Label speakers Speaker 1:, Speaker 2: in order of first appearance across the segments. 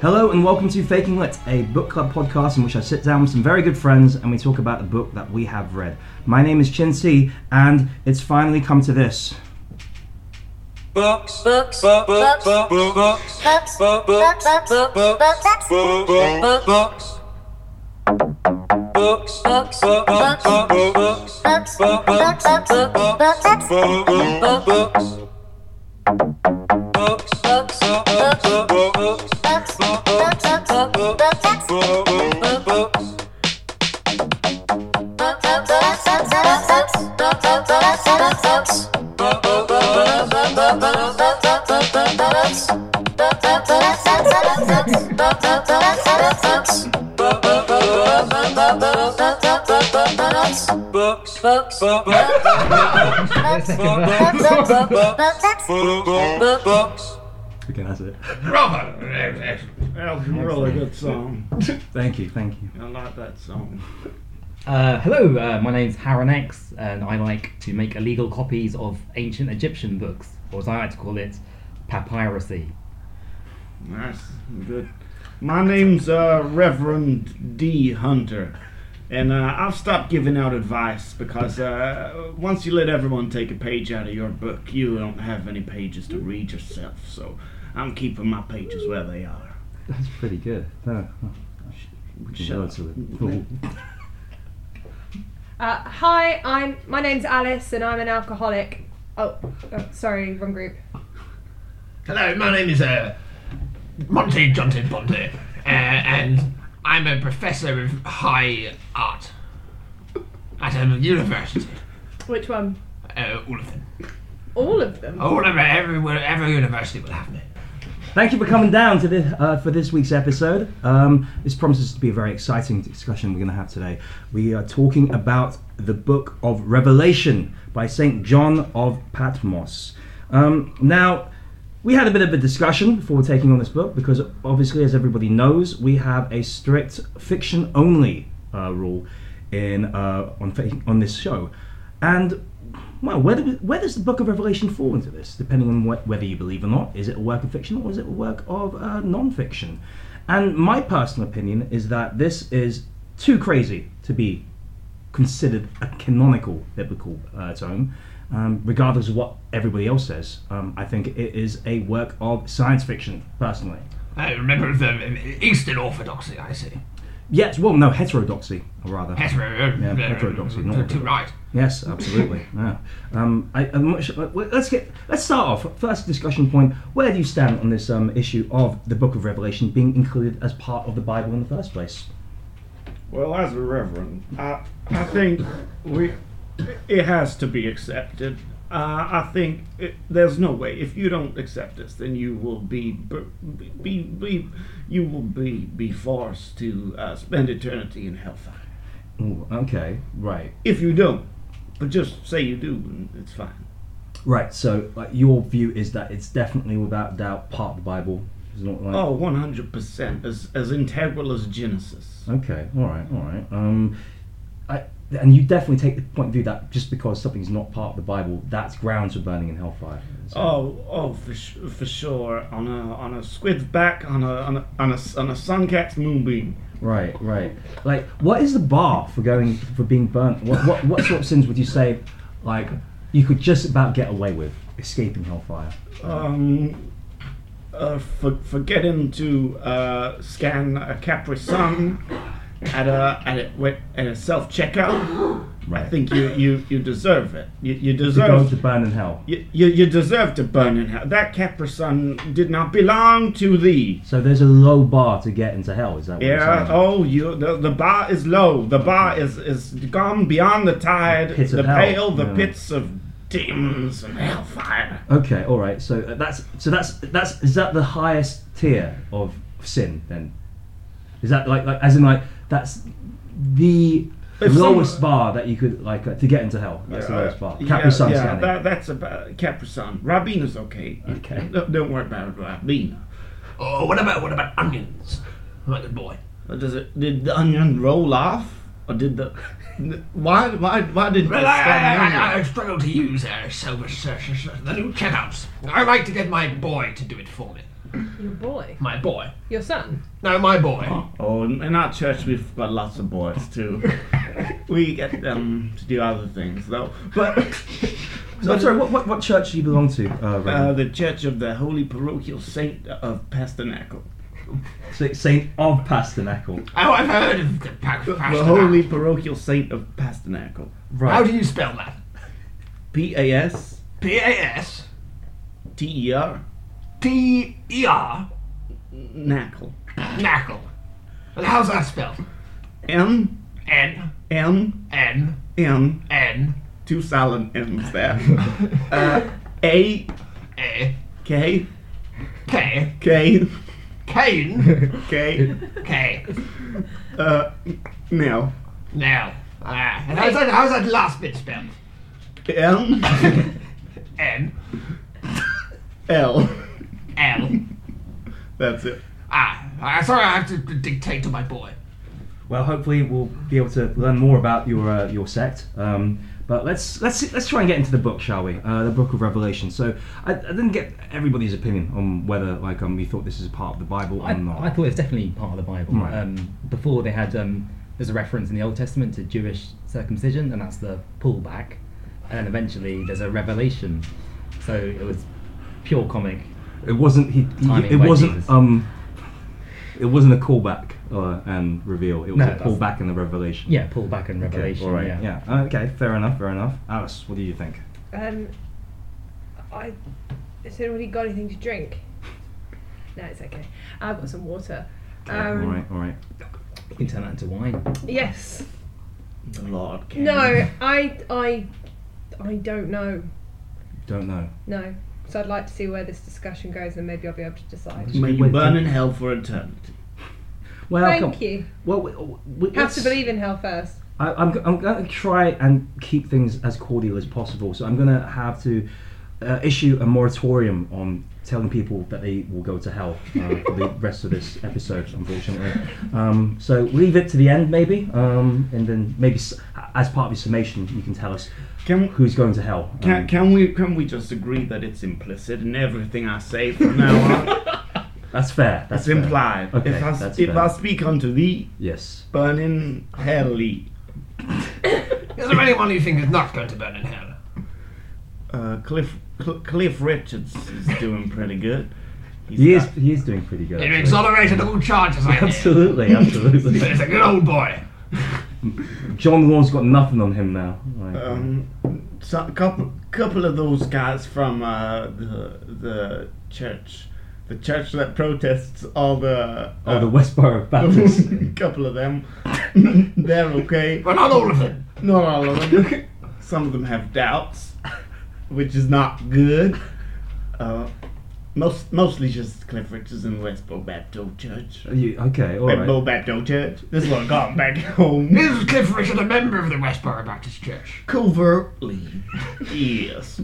Speaker 1: Hello and welcome to Faking Lit, a book club podcast in which I sit down with some very good friends and we talk about a book that we have read. My name is Chin Si, and it's finally come to this.
Speaker 2: Books.
Speaker 3: Books.
Speaker 2: Book, book,
Speaker 3: Books.
Speaker 2: book, books.
Speaker 3: Books.
Speaker 2: Book, book,
Speaker 3: Books. Books.
Speaker 2: book, book,
Speaker 3: Books.
Speaker 2: book, book, books. Books.
Speaker 3: Books.
Speaker 2: Book, book,
Speaker 3: Books.
Speaker 2: book, book, books.
Speaker 3: Books.
Speaker 2: Book, book,
Speaker 3: Books. Books.
Speaker 2: book, book, books. Book, book, book, books. Books.
Speaker 3: Books.
Speaker 2: Book,
Speaker 3: Books. Books.
Speaker 2: book, book, book, books. Book, book, book, book,
Speaker 3: Books.
Speaker 2: book, book, books. Book, book, book, book, book, books. Book, book, book, book, book, books. Books.
Speaker 3: Books.
Speaker 2: Book, book, book, book, book, book. Book, book, books.
Speaker 1: Okay, that's it.
Speaker 4: Bravo! That was a really good song.
Speaker 1: Thank you, thank you.
Speaker 4: I like that song.
Speaker 5: Uh, hello, uh, my name's Haran X, and I like to make illegal copies of ancient Egyptian books, or as I like to call it, papyrusy.
Speaker 4: Nice, good. My name's uh, Reverend D. Hunter, and uh, I've stopped giving out advice because uh, once you let everyone take a page out of your book, you don't have any pages to read yourself. So I'm keeping my pages where they are.
Speaker 1: That's pretty good. No, no, I should- we can
Speaker 4: Shut
Speaker 1: go
Speaker 4: up.
Speaker 1: to it. Ooh.
Speaker 6: Uh, hi, I'm my name's Alice and I'm an alcoholic. Oh, oh, sorry, wrong group.
Speaker 7: Hello, my name is uh, Monty Johnson Ponte, uh, and I'm a professor of high art at a university.
Speaker 6: Which one?
Speaker 7: Uh, all of them.
Speaker 6: All of them.
Speaker 7: All of everywhere, every university will have me.
Speaker 1: Thank you for coming down to this, uh, for this week's episode. Um, this promises to be a very exciting discussion we're going to have today. We are talking about the Book of Revelation by St. John of Patmos. Um, now, we had a bit of a discussion before taking on this book because, obviously, as everybody knows, we have a strict fiction only uh, rule in uh, on, fa- on this show. And well, where, do we- where does the Book of Revelation fall into this? Depending on wh- whether you believe or not, is it a work of fiction or is it a work of uh, non-fiction? And my personal opinion is that this is too crazy to be considered a canonical biblical uh, tome, um, regardless of what everybody else says. Um, I think it is a work of science fiction, personally.
Speaker 7: I Uh, remember the Eastern Orthodoxy, I see.
Speaker 1: Yes, well, no, heterodoxy, or rather.
Speaker 7: Hetero,
Speaker 1: Yeah, heterodoxy, not
Speaker 7: uh, To
Speaker 1: orthodox.
Speaker 7: right.
Speaker 1: Yes, absolutely. yeah. Um, I, I'm not sure, well, let's get let's start off. First discussion point: Where do you stand on this um, issue of the Book of Revelation being included as part of the Bible in the first place?
Speaker 4: Well, as a reverend, I, I think we it has to be accepted. Uh, I think it, there's no way if you don't accept this, then you will be be, be, be you will be be forced to uh, spend eternity in hellfire
Speaker 1: Ooh, okay, right,
Speaker 4: if you don't. But just say you do, and it's fine.
Speaker 1: right. So like, your view is that it's definitely, without doubt, part of the Bible. It's not like
Speaker 4: Oh, 100% as as integral as Genesis.
Speaker 1: okay, all right, all right. Um, I, and you definitely take the point of view that just because something's not part of the Bible, that's grounds for burning in hellfire. So-
Speaker 4: Oh, oh, for, sh- for sure. On a on a squid's back, on a on a on a, on a sun cat's moonbeam.
Speaker 1: Right, right. Like, what is the bar for going for being burnt? What what, what sort of sins would you say, like, you could just about get away with escaping hellfire?
Speaker 4: um, uh, for, forgetting to uh, scan a Capri Sun at a at a, wait, at a self checkout. I
Speaker 1: Right.
Speaker 4: think you, you, you deserve it. You, you
Speaker 1: To go
Speaker 4: deserve
Speaker 1: to burn in hell.
Speaker 4: you, you, you deserve to burn in hell. That Capri Sun did not belong to thee.
Speaker 1: So there's a low bar to get into hell. Is that what
Speaker 4: Yeah.
Speaker 1: you're saying?
Speaker 4: Oh, you. The, the bar is low. The bar is is gone beyond the tide.
Speaker 1: Pits of
Speaker 4: the
Speaker 1: hell.
Speaker 4: pale. The
Speaker 1: Yeah.
Speaker 4: pits of demons and hellfire.
Speaker 1: Okay. All right. So uh, that's so that's that's is that the highest tier of sin then? Is that like, like as in like that's the
Speaker 4: If some-
Speaker 1: lowest bar that you could like uh, to get into hell? That's the lowest bar. Capri Sun
Speaker 4: uh, yeah,
Speaker 1: scanning.
Speaker 4: That, that's about Capri Sun. Rabina's okay.
Speaker 1: Okay.
Speaker 4: No, don't worry about Rabina.
Speaker 7: Oh, what about what about onions? My good boy.
Speaker 4: But Does it? Did the onion roll off, or did the? Why? Why? Why did the
Speaker 7: Well, I, I,
Speaker 4: stem
Speaker 7: I, I, I
Speaker 4: onion-
Speaker 7: struggle uh, to use uh, silver search, the new checkouts. I like to get my boy to do it for me.
Speaker 6: Your boy.
Speaker 7: My boy.
Speaker 6: Your son.
Speaker 7: No, my boy.
Speaker 4: Oh, in in our church we've got lots of boys too. we get them to do other things though. But
Speaker 1: So, I'm sorry, what, what, what church do you belong to, uh,
Speaker 4: uh,
Speaker 1: Reverend?
Speaker 4: the Church of the Holy Parochial Saint of Pastanacle.
Speaker 1: Sa- Saint of Pastanacle.
Speaker 7: Oh, I've heard of the pack.
Speaker 4: The Holy Parochial Saint of Pastanacle.
Speaker 1: Right.
Speaker 7: How do you spell that?
Speaker 4: P A S
Speaker 7: P A S
Speaker 4: T E R
Speaker 7: P E R
Speaker 4: Nackle.
Speaker 7: Knackle. And how's that spelled?
Speaker 4: M
Speaker 7: N
Speaker 4: M
Speaker 7: N
Speaker 4: M
Speaker 7: N
Speaker 4: two silent M's there. uh, A
Speaker 7: A
Speaker 4: K
Speaker 7: K
Speaker 4: K
Speaker 7: Kane
Speaker 4: K
Speaker 7: K.
Speaker 4: uh now
Speaker 7: Now, ah, and how's that, how's that last bit spelled?
Speaker 4: M
Speaker 7: N
Speaker 4: L.
Speaker 7: L.
Speaker 4: That's it.
Speaker 7: Ah, ah, sorry, I have to d- dictate to my boy.
Speaker 1: Well, hopefully we'll be able to learn more about your uh, your sect. Um, but let's let's let's try and get into the book, shall we? Uh, the Book of Revelation. So I, I didn't get everybody's opinion on whether like um, we thought this is part of the Bible or
Speaker 5: I,
Speaker 1: not.
Speaker 5: I thought it's definitely part of the Bible.
Speaker 1: Right.
Speaker 5: Um, before they had um, there's a reference in the Old Testament to Jewish circumcision, and that's the pullback, and then eventually there's a revelation. So it was pure comic.
Speaker 1: it wasn't he. he-
Speaker 5: Timing
Speaker 1: it
Speaker 5: by
Speaker 1: wasn't
Speaker 5: Jesus.
Speaker 1: um. It wasn't a callback uh, and reveal. It was a
Speaker 5: No, that's-
Speaker 1: pullback and the revelation.
Speaker 5: Yeah, pullback and
Speaker 1: Okay,
Speaker 5: revelation.
Speaker 1: all right.
Speaker 5: yeah.
Speaker 1: Yeah. Okay. Fair enough. Fair enough. Alice, what do you think?
Speaker 6: Um, I. Has anybody got anything to drink? No, it's okay. I've got some water. Um,
Speaker 1: all right. All right.
Speaker 5: You can turn that into wine.
Speaker 6: Yes.
Speaker 4: The Lord can.
Speaker 6: No, I, I, I don't know.
Speaker 1: Don't know.
Speaker 6: No. So I'd like to see where this discussion goes, and maybe I'll be able to decide.
Speaker 1: Should
Speaker 4: May
Speaker 1: we
Speaker 4: you
Speaker 1: wait
Speaker 4: burn
Speaker 1: till-
Speaker 4: in hell for eternity.
Speaker 1: Well,
Speaker 6: Thank
Speaker 1: come-
Speaker 6: you.
Speaker 1: Well, we, oh, we,
Speaker 6: Have
Speaker 1: let's-
Speaker 6: to believe in hell first.
Speaker 1: I, I'm, go- I'm going to try and keep things as cordial as possible. So I'm going to have to uh, issue a moratorium on telling people that they will go to hell uh, for the rest of this episode, unfortunately. Um, so leave it to the end, maybe, um, and then maybe s- as part of your summation, you can tell us
Speaker 4: Can
Speaker 1: who's going to hell. Um,
Speaker 4: Can, can we can we just agree that it's implicit in everything I say from now on?
Speaker 1: that's fair. That's
Speaker 4: That's
Speaker 1: fair.
Speaker 4: implied.
Speaker 1: Okay,
Speaker 4: if I, s-
Speaker 1: that's
Speaker 4: if
Speaker 1: fair.
Speaker 4: I speak unto thee,
Speaker 1: Yes.
Speaker 4: burn in helly.
Speaker 7: Is there anyone you think is not going to burn in hell?
Speaker 4: Uh, Cliff Cl- Cliff Richards is doing pretty good. He's
Speaker 1: He is,
Speaker 4: got-
Speaker 1: he is doing pretty good.
Speaker 7: They've
Speaker 1: actually.
Speaker 7: exonerated all charges, I hear.
Speaker 1: Absolutely,
Speaker 7: But
Speaker 1: absolutely.
Speaker 7: he's a good old boy.
Speaker 1: John Law's got nothing on him now. Like,
Speaker 4: Um, so, couple couple of those guys from uh, the the church, the church that protests all the uh,
Speaker 1: oh, the Westboro Baptist.
Speaker 4: couple of them. They're okay.
Speaker 7: But not all of them.
Speaker 4: Not all of them. Some of them have doubts, which is not good. Uh, most, mostly just Cliff Richards and Westboro Baptist Church.
Speaker 1: Are you, okay, all right.
Speaker 4: Westboro Baptist Church. This is what got 'em back home.
Speaker 7: Is Cliff Richard a member of the Westboro Baptist Church?
Speaker 4: Covertly. Yes.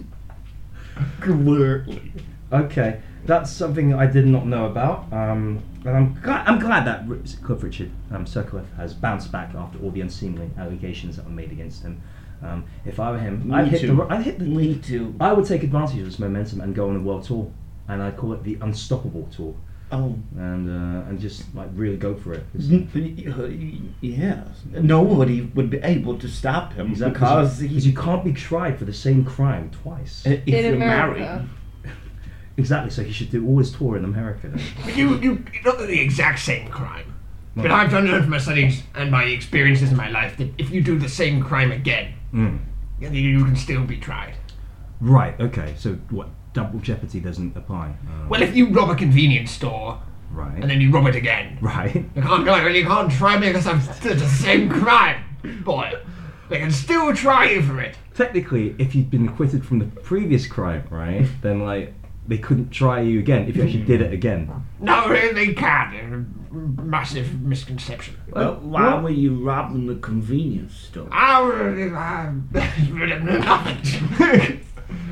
Speaker 4: Covertly.
Speaker 1: Okay, that's something I did not know about. Um, and I'm glad, I'm glad that Ri- Cliff Richard, um, Sir Cliff, has bounced back after all the unseemly allegations that were made against him. Um, if I were him,
Speaker 4: Me
Speaker 1: I'd hit,
Speaker 4: too.
Speaker 1: the, ro- I'd hit the.
Speaker 4: Me too.
Speaker 1: I would take advantage of this momentum and go on a world tour, and I'd call it the Unstoppable Tour,
Speaker 4: Oh.
Speaker 1: and uh, and just like really go for it. It's-
Speaker 4: Yes. Nobody would be able to stop him
Speaker 1: Exactly,
Speaker 4: because
Speaker 1: because
Speaker 4: he, Eh.
Speaker 1: you can't be tried for the same crime twice.
Speaker 4: if
Speaker 6: In
Speaker 4: you're
Speaker 6: America.
Speaker 4: married.
Speaker 1: exactly, so he should do all his tour in America. Then.
Speaker 7: But you, you, not the exact same crime. But I've done learned from my studies and my experiences in my life that if you do the same crime again,
Speaker 4: Mm.
Speaker 7: then you can still be tried.
Speaker 1: Right. Okay. So what? Double jeopardy doesn't apply. Uh,
Speaker 7: Well, if you rob a convenience store
Speaker 1: right.
Speaker 7: and then you rob it again,
Speaker 1: right.
Speaker 7: You can't go, you can't try me because I'm still the same crime, boy. They can still try you for it.
Speaker 1: Technically, if you'd been acquitted from the previous crime, right, then like they couldn't try you again if you actually did it again.
Speaker 7: No, they can. Massive misconception.
Speaker 4: Well, why
Speaker 1: Well-
Speaker 4: were you robbing the convenience store?
Speaker 7: I really, I really know nothing.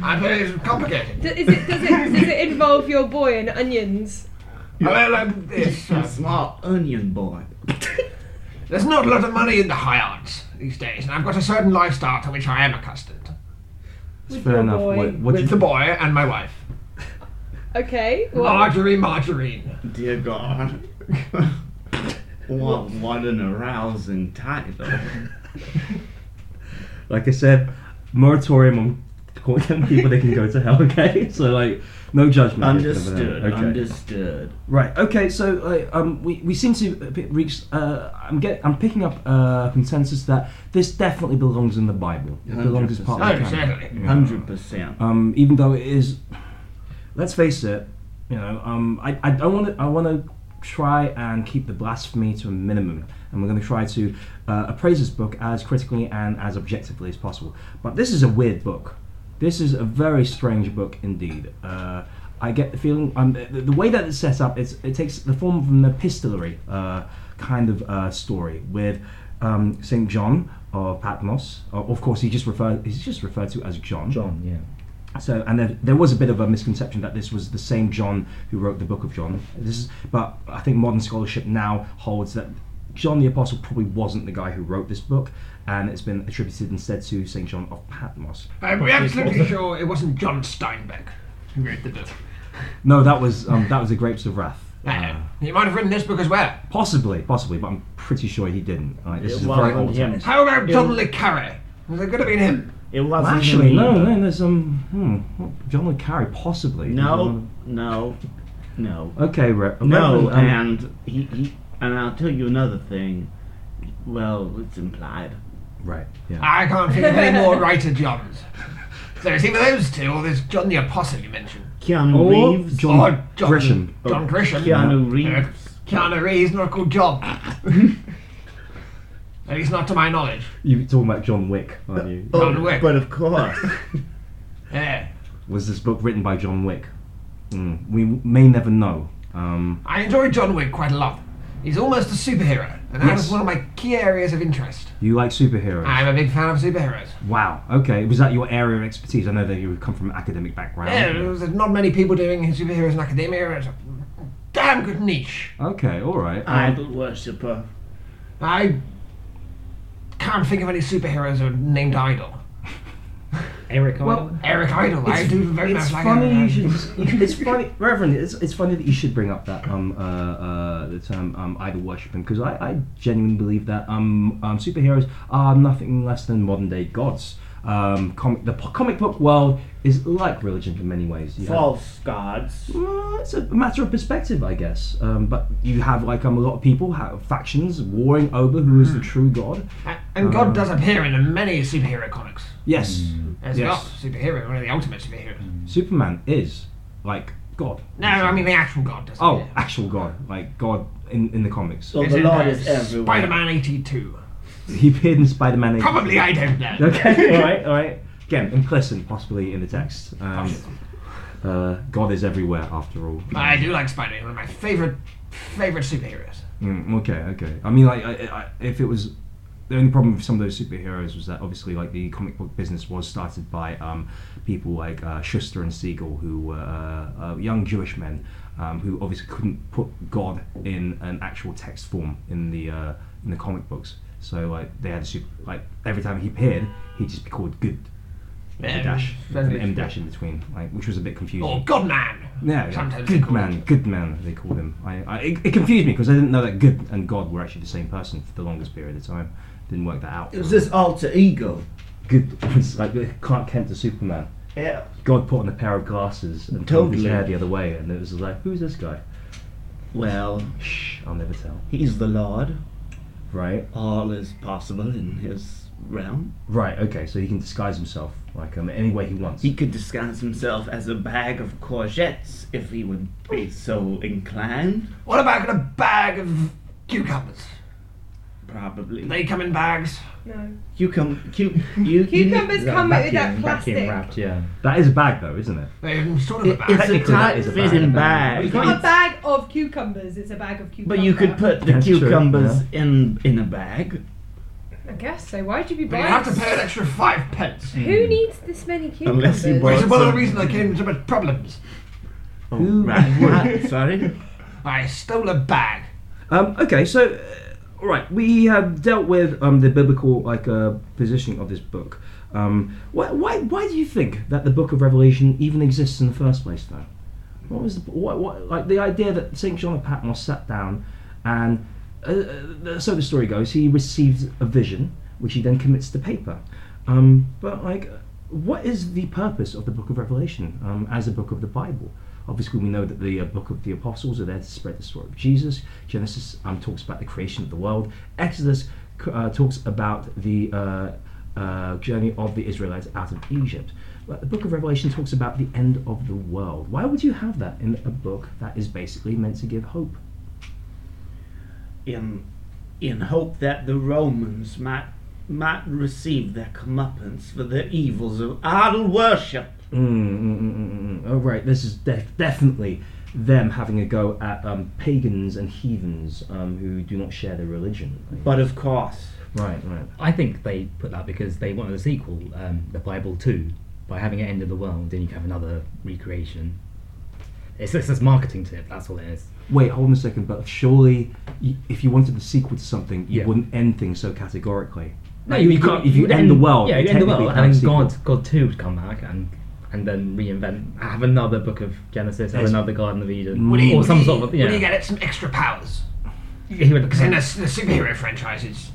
Speaker 7: I bet it's complicated.
Speaker 6: D- is it, does, it, does it involve your boy and onions?
Speaker 7: Well, um, it's,
Speaker 4: A
Speaker 7: uh,
Speaker 4: small onion boy.
Speaker 7: there's not a lot of money in the high arts these days, and I've got a certain lifestyle to which I am accustomed.
Speaker 1: It's
Speaker 6: your
Speaker 1: fair enough.
Speaker 6: boy.
Speaker 1: What, what do
Speaker 7: With
Speaker 1: you,
Speaker 7: the boy and my wife.
Speaker 6: Okay. Well,
Speaker 7: Marjorie Margarine.
Speaker 4: Dear God. what, what an arousing title.
Speaker 1: Like I said, moratorium on calling people they can go to hell. Okay, so like no judgment. here for them.
Speaker 4: Understood,
Speaker 1: Okay.
Speaker 4: understood.
Speaker 1: Right. Okay. So like, um, we, we seem to p- reach. Uh, I'm get. I'm picking up uh, consensus that this definitely belongs in the Bible. It belongs as part
Speaker 7: Oh,
Speaker 1: of the canon.
Speaker 7: certainly.
Speaker 4: 100%.
Speaker 1: Um, even though it is, let's face it. You know, um, I, I don't want to. I want to try and keep the blasphemy to a minimum, and we're going to try to uh, appraise this book as critically and as objectively as possible. But this is a weird book. This is a very strange book indeed. Uh, I get the feeling um, the, the way that it's set up, it's, it takes the form of an epistolary uh, kind of uh, story with um, Saint John of Patmos. Uh, of course, he just referred he's just referred to as John.
Speaker 5: John, yeah.
Speaker 1: So, and there, there was a bit of a misconception that this was the same John who wrote the Book of John. This is, but I think modern scholarship now holds that John the Apostle probably wasn't the guy who wrote this book, and it's been attributed instead to Saint John of Patmos.
Speaker 7: Are we Uh, absolutely sure it wasn't John Steinbeck who wrote the book?
Speaker 1: No, that was um, that was the Grapes of Wrath.
Speaker 7: Uh,
Speaker 1: Uh,
Speaker 7: he might have written this book as well.
Speaker 1: possibly, possibly, but I'm pretty sure he didn't. Like, this
Speaker 4: It
Speaker 1: is a very
Speaker 4: wasn't
Speaker 1: old
Speaker 4: him.
Speaker 1: text.
Speaker 7: How about
Speaker 4: Yeah.
Speaker 7: John Le Carre? Was it could have been him?
Speaker 4: It wasn't
Speaker 1: Actually,
Speaker 4: him
Speaker 1: no,
Speaker 4: either.
Speaker 1: no, there's um, hmm, John le Carre, possibly.
Speaker 4: No, no, no.
Speaker 1: Okay, re-
Speaker 4: No,
Speaker 1: Reverend, Uh, um,
Speaker 4: and he, he and I'll tell you another thing. Well, it's implied.
Speaker 1: right, yeah.
Speaker 7: I can't think of any more writer Johns. So it's either those two or this John the Apostle you mentioned.
Speaker 4: Keanu
Speaker 1: Or
Speaker 4: Reeves.
Speaker 1: John
Speaker 7: or John
Speaker 1: Grisham.
Speaker 7: John Grisham.
Speaker 4: Keanu
Speaker 7: Uh,
Speaker 4: Reeves.
Speaker 7: Keanu Reeves, not called John. At least not to my knowledge.
Speaker 1: You're talking about John Wick,
Speaker 4: Uh,
Speaker 1: aren't you?
Speaker 4: oh,
Speaker 7: John Wick.
Speaker 4: But of course.
Speaker 7: Yeah.
Speaker 1: was this book written by John Wick? Mm, we may never know. Um,
Speaker 7: I enjoy John Wick quite a lot. He's almost a superhero, and that
Speaker 1: Yes.
Speaker 7: is one of my key areas of interest.
Speaker 1: you like superheroes?
Speaker 7: I'm a big fan of superheroes.
Speaker 1: wow. Okay. Was that your area of expertise? I know that you come from an academic background.
Speaker 7: Yeah, there's not many people doing superheroes in academia. It's a damn good niche.
Speaker 1: Okay. All right. Um,
Speaker 4: Idol worshipper.
Speaker 7: I can't think of any superheroes who are named Idol.
Speaker 5: Eric
Speaker 1: Well,
Speaker 5: Idle.
Speaker 7: Eric Idol. I do very
Speaker 1: it's
Speaker 7: much like
Speaker 1: funny
Speaker 7: Eric
Speaker 1: you
Speaker 7: Idle.
Speaker 1: should. It's funny, Reverend. It's, it's funny that you should bring up that um uh, uh the term um idol worshiping because I, I genuinely believe that um um superheroes are nothing less than modern day gods. Um, comic the po- comic book world is like religion in many ways. You have-
Speaker 4: False gods.
Speaker 1: Well, it's a matter of perspective, I guess. Um, but you have like um, a lot of people, have factions warring over who is the true god.
Speaker 7: A- And God does appear in many superhero comics.
Speaker 1: Yes,
Speaker 7: As
Speaker 1: Yes. Mm.
Speaker 7: God, superhero, one of the ultimate superheroes.
Speaker 1: Superman is like God.
Speaker 7: No, I mean the actual God does.
Speaker 1: Oh, actual God, like God in, in the comics.
Speaker 4: So the Lord is everywhere.
Speaker 7: uh, Spider-Man 82.
Speaker 1: He appeared in Spider-Man. 80.
Speaker 7: Probably I don't know.
Speaker 1: Okay, all right, all right. Again, implicit, possibly in the text. Um, uh, God is everywhere, after all.
Speaker 7: But I do like Spider-Man. One of my favorite, favorite superheroes.
Speaker 1: Mm, okay, okay. I mean, like, I, I, if it was the only problem with some of those superheroes was that obviously, like, the comic book business was started by um, people like uh, Schuster and Siegel, who were uh, uh, young Jewish men um, who obviously couldn't put God in an actual text form in the uh, in the comic books. So like, they had a super, like every time he appeared, he'd just be called Good. with a
Speaker 7: Yeah,
Speaker 1: dash
Speaker 7: very
Speaker 1: and
Speaker 7: much.
Speaker 1: M dash in between, like which was a bit confusing.
Speaker 7: Or Godman.
Speaker 1: Mm. Yeah, yeah.
Speaker 7: Sometimes they
Speaker 1: good
Speaker 7: call
Speaker 1: man, good man. They called him. I, I it, it confused me because I didn't know that good and God were actually the same person for the longest period of time. Didn't work that out.
Speaker 4: It was this alter ego.
Speaker 1: good? It's like Clark Kent to Superman.
Speaker 4: Yeah.
Speaker 1: God put on a pair of glasses and turned his
Speaker 4: Totally.
Speaker 1: hair the other way, and it was like, who's this guy?
Speaker 4: Well,
Speaker 1: Shh, I'll never tell.
Speaker 4: he's the Lord.
Speaker 1: Right,
Speaker 4: All is possible in his realm.
Speaker 1: right, okay. So he can disguise himself like um, any way he wants.
Speaker 4: He could disguise himself as a bag of courgettes if he would be so inclined.
Speaker 7: What about a bag of cucumbers?
Speaker 4: Probably.
Speaker 7: They come in bags.
Speaker 6: no.
Speaker 4: Cucum- cu- you,
Speaker 6: Cucumbers
Speaker 5: That
Speaker 6: come with
Speaker 5: vacuum-
Speaker 6: that
Speaker 5: Vacuum
Speaker 6: plastic.
Speaker 5: wrapped, yeah.
Speaker 1: that is a bag, though, isn't it?
Speaker 7: They're sort of
Speaker 4: You,
Speaker 7: a bag.
Speaker 4: it's a
Speaker 1: Technically, that
Speaker 4: tight
Speaker 1: is a bag.
Speaker 4: fitting bag.
Speaker 6: It's not a
Speaker 4: It's-
Speaker 6: bag of cucumbers. It's a bag of cucumbers.
Speaker 4: But you could put the
Speaker 1: That's true,
Speaker 4: cucumbers in in a bag.
Speaker 6: I guess so. Why'd you be
Speaker 7: But
Speaker 6: buying?
Speaker 7: you have to pay an extra five pence.
Speaker 1: Mm.
Speaker 6: Who needs this many
Speaker 4: Unless
Speaker 6: cucumbers?
Speaker 4: you
Speaker 7: Which is one of the
Speaker 4: So-
Speaker 7: reasons I came into so much problems.
Speaker 1: Who-
Speaker 4: Right. what? Sorry.
Speaker 7: I stole a bag.
Speaker 1: Um, okay, so uh, right, we have dealt with um, the biblical like uh, positioning of this book. Um, why, why, why do you think that the Book of Revelation even exists in the first place, though? What was the, what, what like the idea that Saint John of Patmos sat down and uh, uh, so the story goes he receives a vision which he then commits to paper. Um, but like, what is the purpose of the Book of Revelation um, as a book of the Bible? Obviously, we know that the uh, Book of the Apostles are there to spread the story of Jesus. Genesis um, talks about the creation of the world. Exodus uh, talks about the uh, uh, journey of the Israelites out of Egypt. But the book of Revelation talks about the end of the world. Why would you have that in a book that is basically meant to give hope?
Speaker 4: in in hope that the Romans might might receive their comeuppance for the evils of idol worship.
Speaker 1: Mm, mm, mm, mm, mm. Oh, right. This is def- definitely them having a go at um, pagans and heathens um, who do not share their religion.
Speaker 4: But of course,
Speaker 1: right, right.
Speaker 5: I think they put that because they wanted a sequel, um, the Bible 2, by having it end of the world, then you have another recreation. It's, it's just marketing tip, that's all it is.
Speaker 1: Wait, hold on a second. But surely, y- if you wanted the sequel to something, you
Speaker 5: Yeah.
Speaker 1: wouldn't end things so categorically.
Speaker 5: No,
Speaker 1: Like, you can't. If you
Speaker 5: would
Speaker 1: end the world,
Speaker 5: yeah,
Speaker 1: you
Speaker 5: you end the
Speaker 1: technically
Speaker 5: world,
Speaker 1: can't
Speaker 5: and then
Speaker 1: sequel.
Speaker 5: God, God Two would come back and and then reinvent, have another Book of Genesis, have
Speaker 1: Yes.
Speaker 5: another Garden of
Speaker 1: Would
Speaker 5: Eden,
Speaker 7: Would he,
Speaker 5: or
Speaker 7: would
Speaker 5: some
Speaker 7: he-
Speaker 5: sort of yeah.
Speaker 7: would he get it some extra powers?
Speaker 5: He would-
Speaker 7: Because in the, s- the superhero franchises,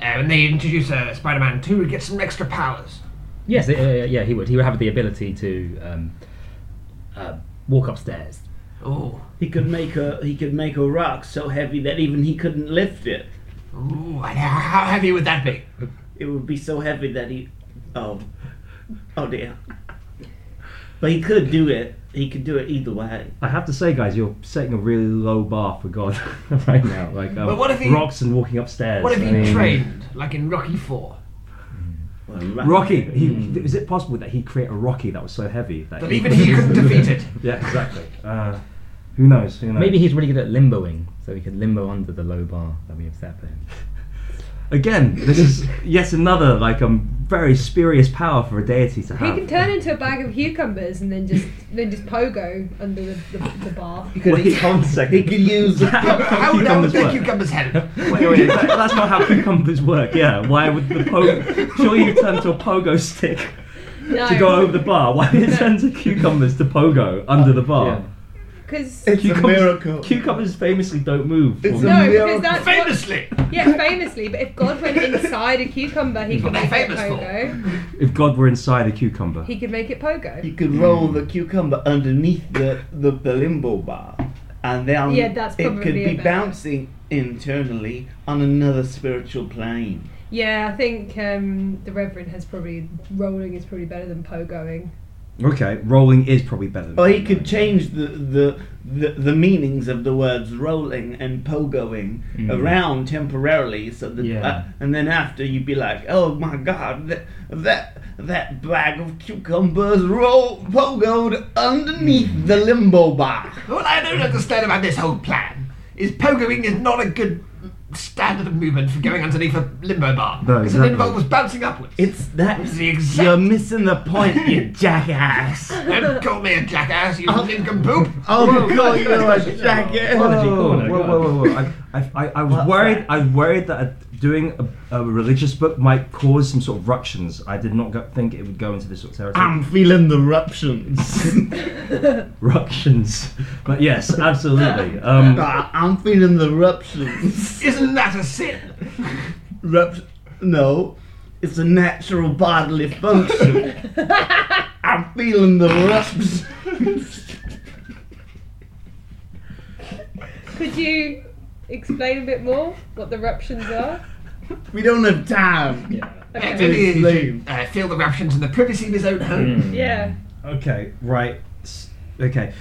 Speaker 7: uh, when they introduce uh, Spider-Man 2, he gets some extra powers.
Speaker 5: yes, uh, yeah, he would. He would have the ability to um, uh, walk upstairs.
Speaker 7: Oh,
Speaker 4: he could make a he could make a rock so heavy that even he couldn't lift it.
Speaker 7: ooh, and how how heavy would that be?
Speaker 4: It would be so heavy that he, oh, oh dear. But he could do it. He could do it either way.
Speaker 1: I have to say, guys, you're setting a really low bar for God right now. Like, um,
Speaker 7: But what if he-
Speaker 1: rocks and walking upstairs?
Speaker 7: What if
Speaker 1: I
Speaker 7: he
Speaker 1: mean-
Speaker 7: trained, like in Rocky 4?
Speaker 4: Well,
Speaker 1: Rocky. He, Is it possible that he create a Rocky that was so heavy that
Speaker 7: That even he couldn't defeat it.
Speaker 1: Yeah, exactly. Uh, who knows? Who knows?
Speaker 5: Maybe he's really good at limboing, so he could limbo under the low bar that we have set for him.
Speaker 1: again. This is yet another like um very spurious power for a deity to
Speaker 6: He
Speaker 1: have.
Speaker 6: can turn into a bag of cucumbers and then just then just pogo under the, the, the bar.
Speaker 4: He could,
Speaker 1: Wait, hold on a second.
Speaker 4: he could use
Speaker 1: How-
Speaker 7: How would
Speaker 1: cucumbers
Speaker 7: that would the
Speaker 1: work?
Speaker 7: cucumber's head?
Speaker 1: Wait, wait, that- that's not how cucumbers work. Yeah, why would the pogo? Surely you turn to a pogo stick
Speaker 6: No,
Speaker 1: to go over the bar. Why do you turn to cucumbers to pogo under the bar?
Speaker 4: It's
Speaker 6: because
Speaker 4: a
Speaker 1: Cucumbers-
Speaker 4: miracle.
Speaker 1: Cucumbers famously don't move.
Speaker 4: It's
Speaker 1: Or-
Speaker 4: a-
Speaker 6: no, because
Speaker 4: miracle.
Speaker 6: that's what-
Speaker 7: Famously!
Speaker 6: yeah, famously. But if God went inside a cucumber, he could
Speaker 7: What they're
Speaker 6: make it
Speaker 7: famous
Speaker 6: pogo.
Speaker 1: if God were inside a cucumber.
Speaker 6: He could make it pogo.
Speaker 4: You could roll the cucumber underneath the, the, the limbo bar, and then
Speaker 6: Yeah, that's
Speaker 4: it
Speaker 6: probably
Speaker 4: could
Speaker 6: a
Speaker 4: be
Speaker 6: better-
Speaker 4: bouncing internally on another spiritual plane.
Speaker 6: Yeah, I think um, the Reverend has probably rolling is probably better than pogoing.
Speaker 1: Okay, rolling is probably better. Than
Speaker 4: Or Oh, he
Speaker 1: pogoing.
Speaker 4: could change the, the, the, the meanings of the words rolling and pogoing
Speaker 5: Mm.
Speaker 4: around temporarily, so that
Speaker 5: Yeah.
Speaker 4: uh, and then after you'd be like, oh my god, that that, that bag of cucumbers roll pogoed underneath
Speaker 5: Mm.
Speaker 4: the limbo bar.
Speaker 7: What I don't understand about this whole plan is pogoing is not a good standard of movement for going underneath a limbo bar.
Speaker 1: No,
Speaker 7: Because
Speaker 1: exactly.
Speaker 7: it involves bouncing upwards.
Speaker 4: It's that
Speaker 7: It's the exact-
Speaker 4: you're missing the point, you jackass.
Speaker 7: Don't call me a jackass, you nincompoop!
Speaker 4: Oh, God, you're a jackass.
Speaker 5: Apology
Speaker 1: Whoa,
Speaker 5: corner,
Speaker 1: whoa,
Speaker 5: go
Speaker 1: whoa, whoa, whoa. I, I, I, I was
Speaker 4: What's
Speaker 1: worried.
Speaker 4: that?
Speaker 1: I was worried that uh, doing a, a religious book might cause some sort of ructions. I did not go, think it would go into this sort of territory.
Speaker 4: I'm feeling the ruptions.
Speaker 1: ructions, but yes, absolutely. Um,
Speaker 4: Ah, I'm feeling the ruptions.
Speaker 7: Isn't that a sin?
Speaker 4: Rupt- no, it's a natural bodily function. I'm feeling the ruptions.
Speaker 6: Could you explain a bit more what the ruptions are?
Speaker 4: We don't have time.
Speaker 7: Maybe he
Speaker 4: Explain.
Speaker 7: should, uh, feel the eruptions in the privacy of his own home.
Speaker 6: Yeah.
Speaker 1: okay, right. s- Okay,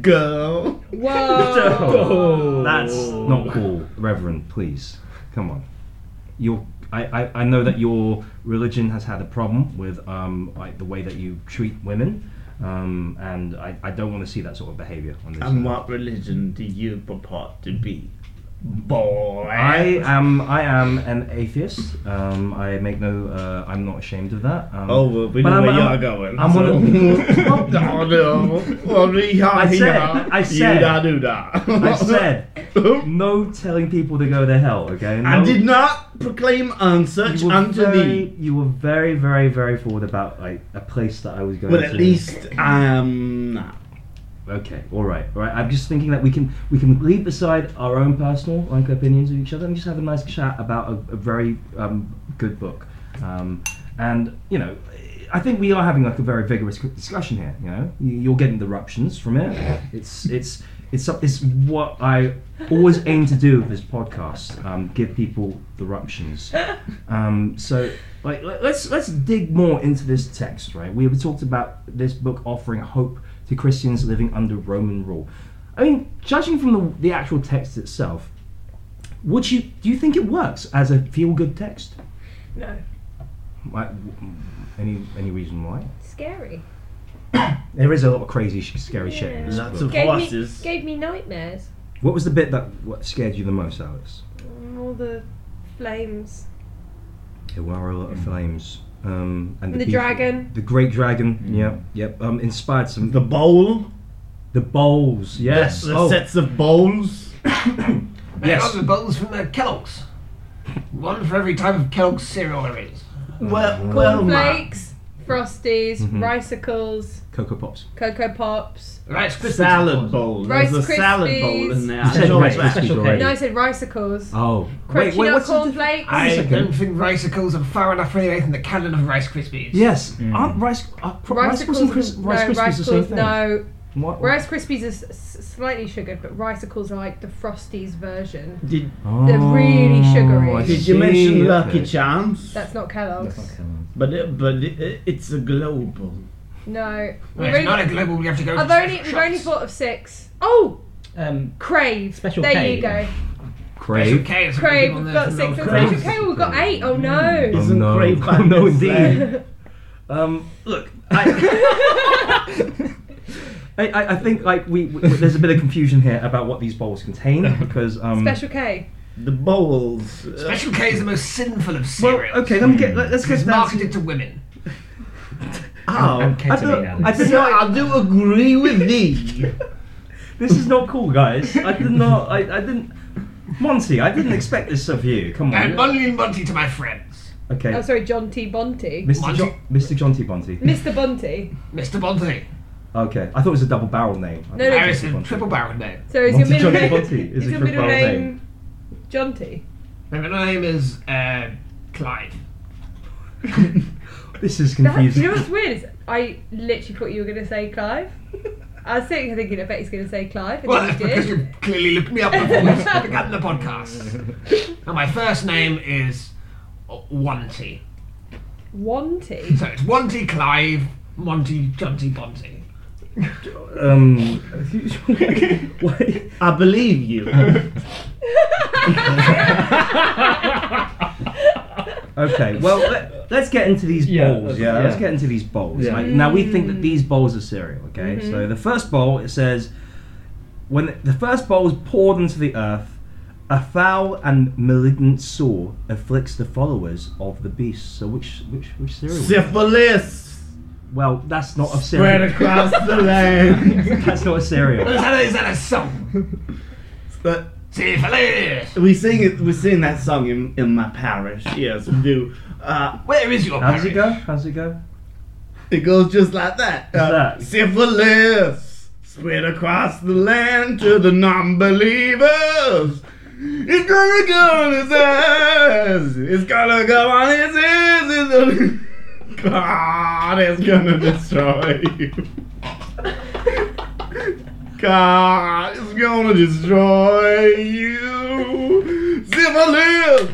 Speaker 4: Go.
Speaker 6: Whoa.
Speaker 1: that's not cool, Reverend. Please, come on. You're. I, I, I know that your religion has had a problem with um, like the way that you treat women, um, and I, I don't want to see that sort of behaviour on this.
Speaker 4: And what religion do you purport to be? Boy.
Speaker 1: Hmm. I am I am an atheist. Um, I make no. Uh, I'm not ashamed of that. Um,
Speaker 4: Oh, well, we
Speaker 1: but
Speaker 4: know
Speaker 1: I'm-
Speaker 4: where
Speaker 1: I'm-
Speaker 4: you're going.
Speaker 1: I'm
Speaker 4: so.
Speaker 1: one of-
Speaker 4: no, no. Well, we are
Speaker 1: I said-
Speaker 4: here.
Speaker 1: I
Speaker 4: You
Speaker 1: said-
Speaker 4: da do da.
Speaker 1: I said no telling people to go to hell. Okay. No,
Speaker 4: I did not proclaim answer
Speaker 1: You were,
Speaker 4: unto
Speaker 1: very,
Speaker 4: thee.
Speaker 1: you were very, very, very forward about like a place that I was going
Speaker 4: Well,
Speaker 1: to.
Speaker 4: um, at least I am not.
Speaker 1: Okay, all right, all right. I'm just thinking that we can we can leave beside our own personal like opinions of each other and just have a nice chat about a, a very um, good book. Um, and you know, I think we are having like a very vigorous discussion here. You know, You- you're getting the eruptions from it. It's it's it's some- it's what I always aim to do with this podcast. Um, give people the eruptions. Um, so, like, le- let's let's dig more into this text, right? We have talked about this book offering hope to Christians living under Roman rule. I mean, judging from the, the actual text itself, would you do you think it works as a feel-good text?
Speaker 6: No.
Speaker 1: Like, w- mm, any any reason why?
Speaker 6: Scary.
Speaker 1: There is a lot of crazy, sh- scary shit. In this
Speaker 4: Lots
Speaker 1: book.
Speaker 4: of-
Speaker 6: Gave me,
Speaker 4: Horses.
Speaker 6: gave me nightmares.
Speaker 1: What was the bit that what scared you the most, Alice?
Speaker 6: Mm, All the flames.
Speaker 1: There were a lot
Speaker 4: Mm.
Speaker 1: of flames. Um, and
Speaker 6: The
Speaker 1: beef-
Speaker 6: dragon.
Speaker 1: the great dragon. Yep, yep. Um, inspired some
Speaker 4: Mm. The bowl?
Speaker 1: The bowls, yes.
Speaker 4: The
Speaker 1: oh,
Speaker 4: sets of bowls?
Speaker 7: Yes.
Speaker 1: Yes.
Speaker 7: Lots of bowls from the Kellogg's. One for every type of Kellogg's cereal there is.
Speaker 4: Oh, Well,
Speaker 1: Oh
Speaker 4: well, Mark.
Speaker 6: Cornflakes, frosties,
Speaker 1: Mm-hmm.
Speaker 6: ricicles,
Speaker 1: Cocoa Pops.
Speaker 6: cocoa pops.
Speaker 7: Rice Krispies.
Speaker 4: Salad bowl.
Speaker 6: Rice
Speaker 4: There's a salad bowl
Speaker 6: Krispies.
Speaker 4: in there.
Speaker 1: You
Speaker 4: I
Speaker 1: said
Speaker 4: know
Speaker 1: rice
Speaker 4: that.
Speaker 1: krispies
Speaker 5: Special
Speaker 1: already.
Speaker 6: No, I said ricicles.
Speaker 1: Oh,
Speaker 6: Crunchy
Speaker 1: wait, wait,
Speaker 6: nut
Speaker 1: what's the diff- Hang on
Speaker 6: cornflakes.
Speaker 1: a
Speaker 7: I
Speaker 1: second.
Speaker 7: don't think ricicles are far enough away from the canon of Rice Krispies.
Speaker 1: Yes,
Speaker 4: Mm.
Speaker 1: aren't rice, uh, rice
Speaker 6: Ricicles,
Speaker 1: crisples and cris- rice
Speaker 6: no,
Speaker 1: krispies the same
Speaker 6: ricicles,
Speaker 1: thing?
Speaker 6: no.
Speaker 1: What-
Speaker 6: Rice Krispies is s- slightly sugared, but ricicles are like the Frosties version.
Speaker 4: Did,
Speaker 6: They're really sugary.
Speaker 1: Oh, I
Speaker 4: did you
Speaker 1: see,
Speaker 4: mention
Speaker 1: okay.
Speaker 4: Lucky Charms?
Speaker 6: That's not Kellogg's.
Speaker 5: That's not canon.
Speaker 4: But it, but it, it's a global.
Speaker 6: No.
Speaker 7: Well,
Speaker 6: We've
Speaker 7: it's
Speaker 6: only,
Speaker 7: not a global, we have to go
Speaker 6: I've
Speaker 7: to
Speaker 6: only, we've
Speaker 7: shops.
Speaker 6: only thought of six. Oh,
Speaker 5: Um,
Speaker 6: Crave.
Speaker 5: Special
Speaker 6: there
Speaker 5: K.
Speaker 6: you go.
Speaker 7: Special
Speaker 1: Crave.
Speaker 7: K is a really
Speaker 6: Crave,
Speaker 7: good one
Speaker 6: we've
Speaker 7: there
Speaker 6: got
Speaker 7: from
Speaker 6: six.
Speaker 7: the
Speaker 6: And
Speaker 7: old
Speaker 4: Crave.
Speaker 6: Special K, we've got eight. Oh
Speaker 1: Oh,
Speaker 6: no.
Speaker 4: Isn't
Speaker 1: no.
Speaker 4: Crave
Speaker 1: Oh, no,
Speaker 4: bad?
Speaker 1: indeed. um, look, I, I, I- I think like we, we there's a bit of confusion here about what these bowls contain because um,
Speaker 6: Special K.
Speaker 4: The bowls. uh,
Speaker 7: Special K is the most sinful of
Speaker 1: Well,
Speaker 7: cereals.
Speaker 1: okay, let me get let, us get
Speaker 7: It's
Speaker 1: down to
Speaker 7: marketed to women.
Speaker 4: Oh,
Speaker 1: I
Speaker 5: and
Speaker 1: don't- I
Speaker 5: ketamine, Alex.
Speaker 1: don't-
Speaker 4: so I do agree with thee.
Speaker 1: This is not cool, guys. I did not. I, I didn't. Monty, I didn't expect this of you. Come
Speaker 7: And
Speaker 1: on.
Speaker 7: Monty and Monty to my friends.
Speaker 1: Okay.
Speaker 6: Oh, sorry, John T. Bonty.
Speaker 1: Mr. Jo- Mr. John T. Bonty.
Speaker 6: Mr. Bonty.
Speaker 7: Mr. Bonty.
Speaker 1: Okay. I thought it was a double barrel name. I
Speaker 6: No,
Speaker 1: thought
Speaker 6: no,
Speaker 1: it was
Speaker 7: Iris
Speaker 1: John
Speaker 7: and
Speaker 1: T.
Speaker 7: triple barrel name.
Speaker 6: So is
Speaker 1: Monty
Speaker 6: your
Speaker 1: John T.
Speaker 6: middle
Speaker 1: Bonty is
Speaker 6: name?
Speaker 1: a
Speaker 6: your
Speaker 1: triple
Speaker 6: middle
Speaker 1: barrel
Speaker 6: name
Speaker 1: name.
Speaker 6: John T?
Speaker 7: My middle name is uh, Clyde.
Speaker 1: This is
Speaker 6: That, you
Speaker 1: confusing.
Speaker 6: know what's weird? Is I literally thought you were going to say Clive. I was sitting here thinking, I bet he's going to say Clive, and
Speaker 7: Well,
Speaker 6: then
Speaker 7: that's
Speaker 6: he
Speaker 7: because
Speaker 6: did.
Speaker 7: you clearly looked me up before we began the podcast. And my first name is uh, Wanty.
Speaker 6: Wanty.
Speaker 7: So it's Wanty Clive, Monty, Jonty, Bonty.
Speaker 1: um. what?
Speaker 4: I believe you.
Speaker 1: Okay. Well, let, let's get into these
Speaker 5: Yeah,
Speaker 1: bowls.
Speaker 5: let's-
Speaker 1: Yeah.
Speaker 5: yeah.
Speaker 1: Let's get into these bowls.
Speaker 5: Yeah.
Speaker 1: Like, now we think that these bowls are cereal. Okay. So the first bowl it says, when the first bowl is poured into the earth. A foul and malignant sore afflicts the followers of the beast. So which which which cereal? is it?
Speaker 4: Syphilis
Speaker 1: Well, that's not a cereal.
Speaker 4: spread across the land.
Speaker 1: That's not a
Speaker 7: Is
Speaker 1: cereal.
Speaker 7: that, is that a song?
Speaker 4: But
Speaker 7: Syphilis!
Speaker 4: we sing it. We sing that song in, in my parish. Yes, we do. Uh,
Speaker 7: Where is your
Speaker 1: How's it go?
Speaker 7: parish?
Speaker 1: How's it go?
Speaker 4: it goes just like that. Uh,
Speaker 1: that?
Speaker 4: Syphilis spread across the land to the non-believers. It's gonna go on his ass. It's gonna go on his ass. It's gonna- God is gonna destroy you. God is gonna destroy you. Syphilis.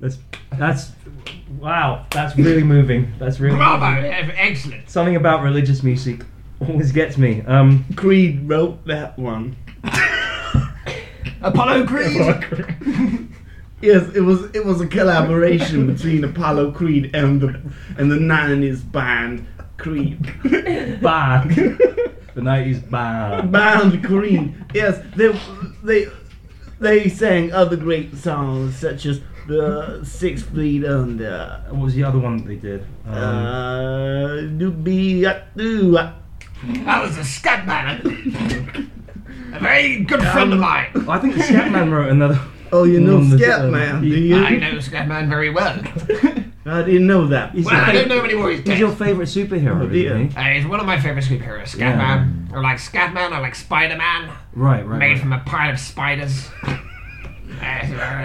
Speaker 1: That's that's wow. That's really moving. That's really
Speaker 7: Bravo!
Speaker 1: moving.
Speaker 7: ev- Excellent.
Speaker 1: Something about religious music always gets me. Um,
Speaker 4: Creed wrote that one.
Speaker 7: Apollo Creed!
Speaker 4: Yes, it was it was a collaboration between Apollo Creed and the and the nineties band Creed.
Speaker 1: bang. the nineties bang.
Speaker 4: Band Creed. Yes, they they they sang other great songs such as the Six Feet Under.
Speaker 1: What was the other one that they did? Um,
Speaker 4: Uh, do be a do a-
Speaker 7: That was a scat man. I believe. A very good friend of mine.
Speaker 1: I think the Scatman wrote another.
Speaker 4: Oh, you know
Speaker 1: Mm, the-
Speaker 4: Scat
Speaker 1: um,
Speaker 4: Man, do you?
Speaker 7: I know Scatman very well.
Speaker 4: I didn't know that.
Speaker 1: He's
Speaker 7: Well,
Speaker 1: your
Speaker 7: I don't
Speaker 1: fav-
Speaker 7: know anymore. He's
Speaker 1: He's
Speaker 7: dead.
Speaker 1: your favorite superhero,
Speaker 4: Oh, dear.
Speaker 1: isn't he?
Speaker 7: Uh, he's one of my favorite superheroes. Scatman. I like Scatman. I like Spider Man.
Speaker 1: Right, right.
Speaker 7: Made
Speaker 1: right.
Speaker 7: from a pile of spiders. Uh,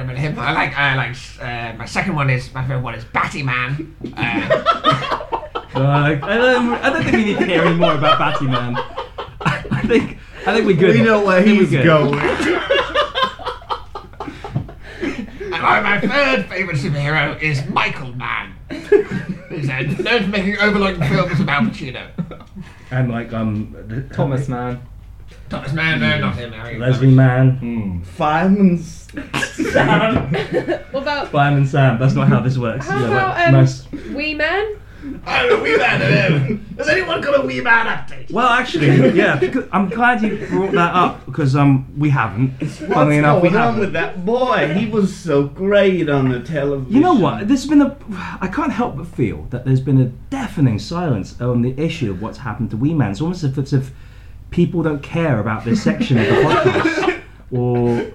Speaker 7: but him, I like. I like. Uh, my second one is my favorite one is Batty Man. Uh,
Speaker 1: Uh, I, don't, I don't think we need to hear any more about Batman. I think I think we're good.
Speaker 4: We know where
Speaker 1: I think
Speaker 4: he's
Speaker 1: we're good.
Speaker 4: going.
Speaker 7: and my, my third favorite superhero is Michael Man. He's uh, known for making overlong films about Pacino.
Speaker 1: And like um, the- Hmm.
Speaker 5: Thomas man.
Speaker 7: Thomas Mann, no, not him. Harry.
Speaker 1: Leslie Mann,
Speaker 4: Fireman's.
Speaker 6: What about
Speaker 1: Fireman Sam. That's not how this works.
Speaker 6: how
Speaker 1: Yeah,
Speaker 6: about
Speaker 1: right.
Speaker 6: um,
Speaker 1: nice.
Speaker 6: Wee Man?
Speaker 7: Oh, Wee Man. hello. Has anyone got a Wee Man update?
Speaker 1: Well, actually, yeah. because- I'm glad you brought that up because um, we haven't.
Speaker 4: What's
Speaker 1: Funnily enough, we
Speaker 4: going on
Speaker 1: haven't.
Speaker 4: with that boy? He was so great on the television.
Speaker 1: You know what? There's been a. I can't help but feel that there's been a deafening silence on the issue of what's happened to Wee Man. It's almost as if, as if people don't care about this section of the podcast, or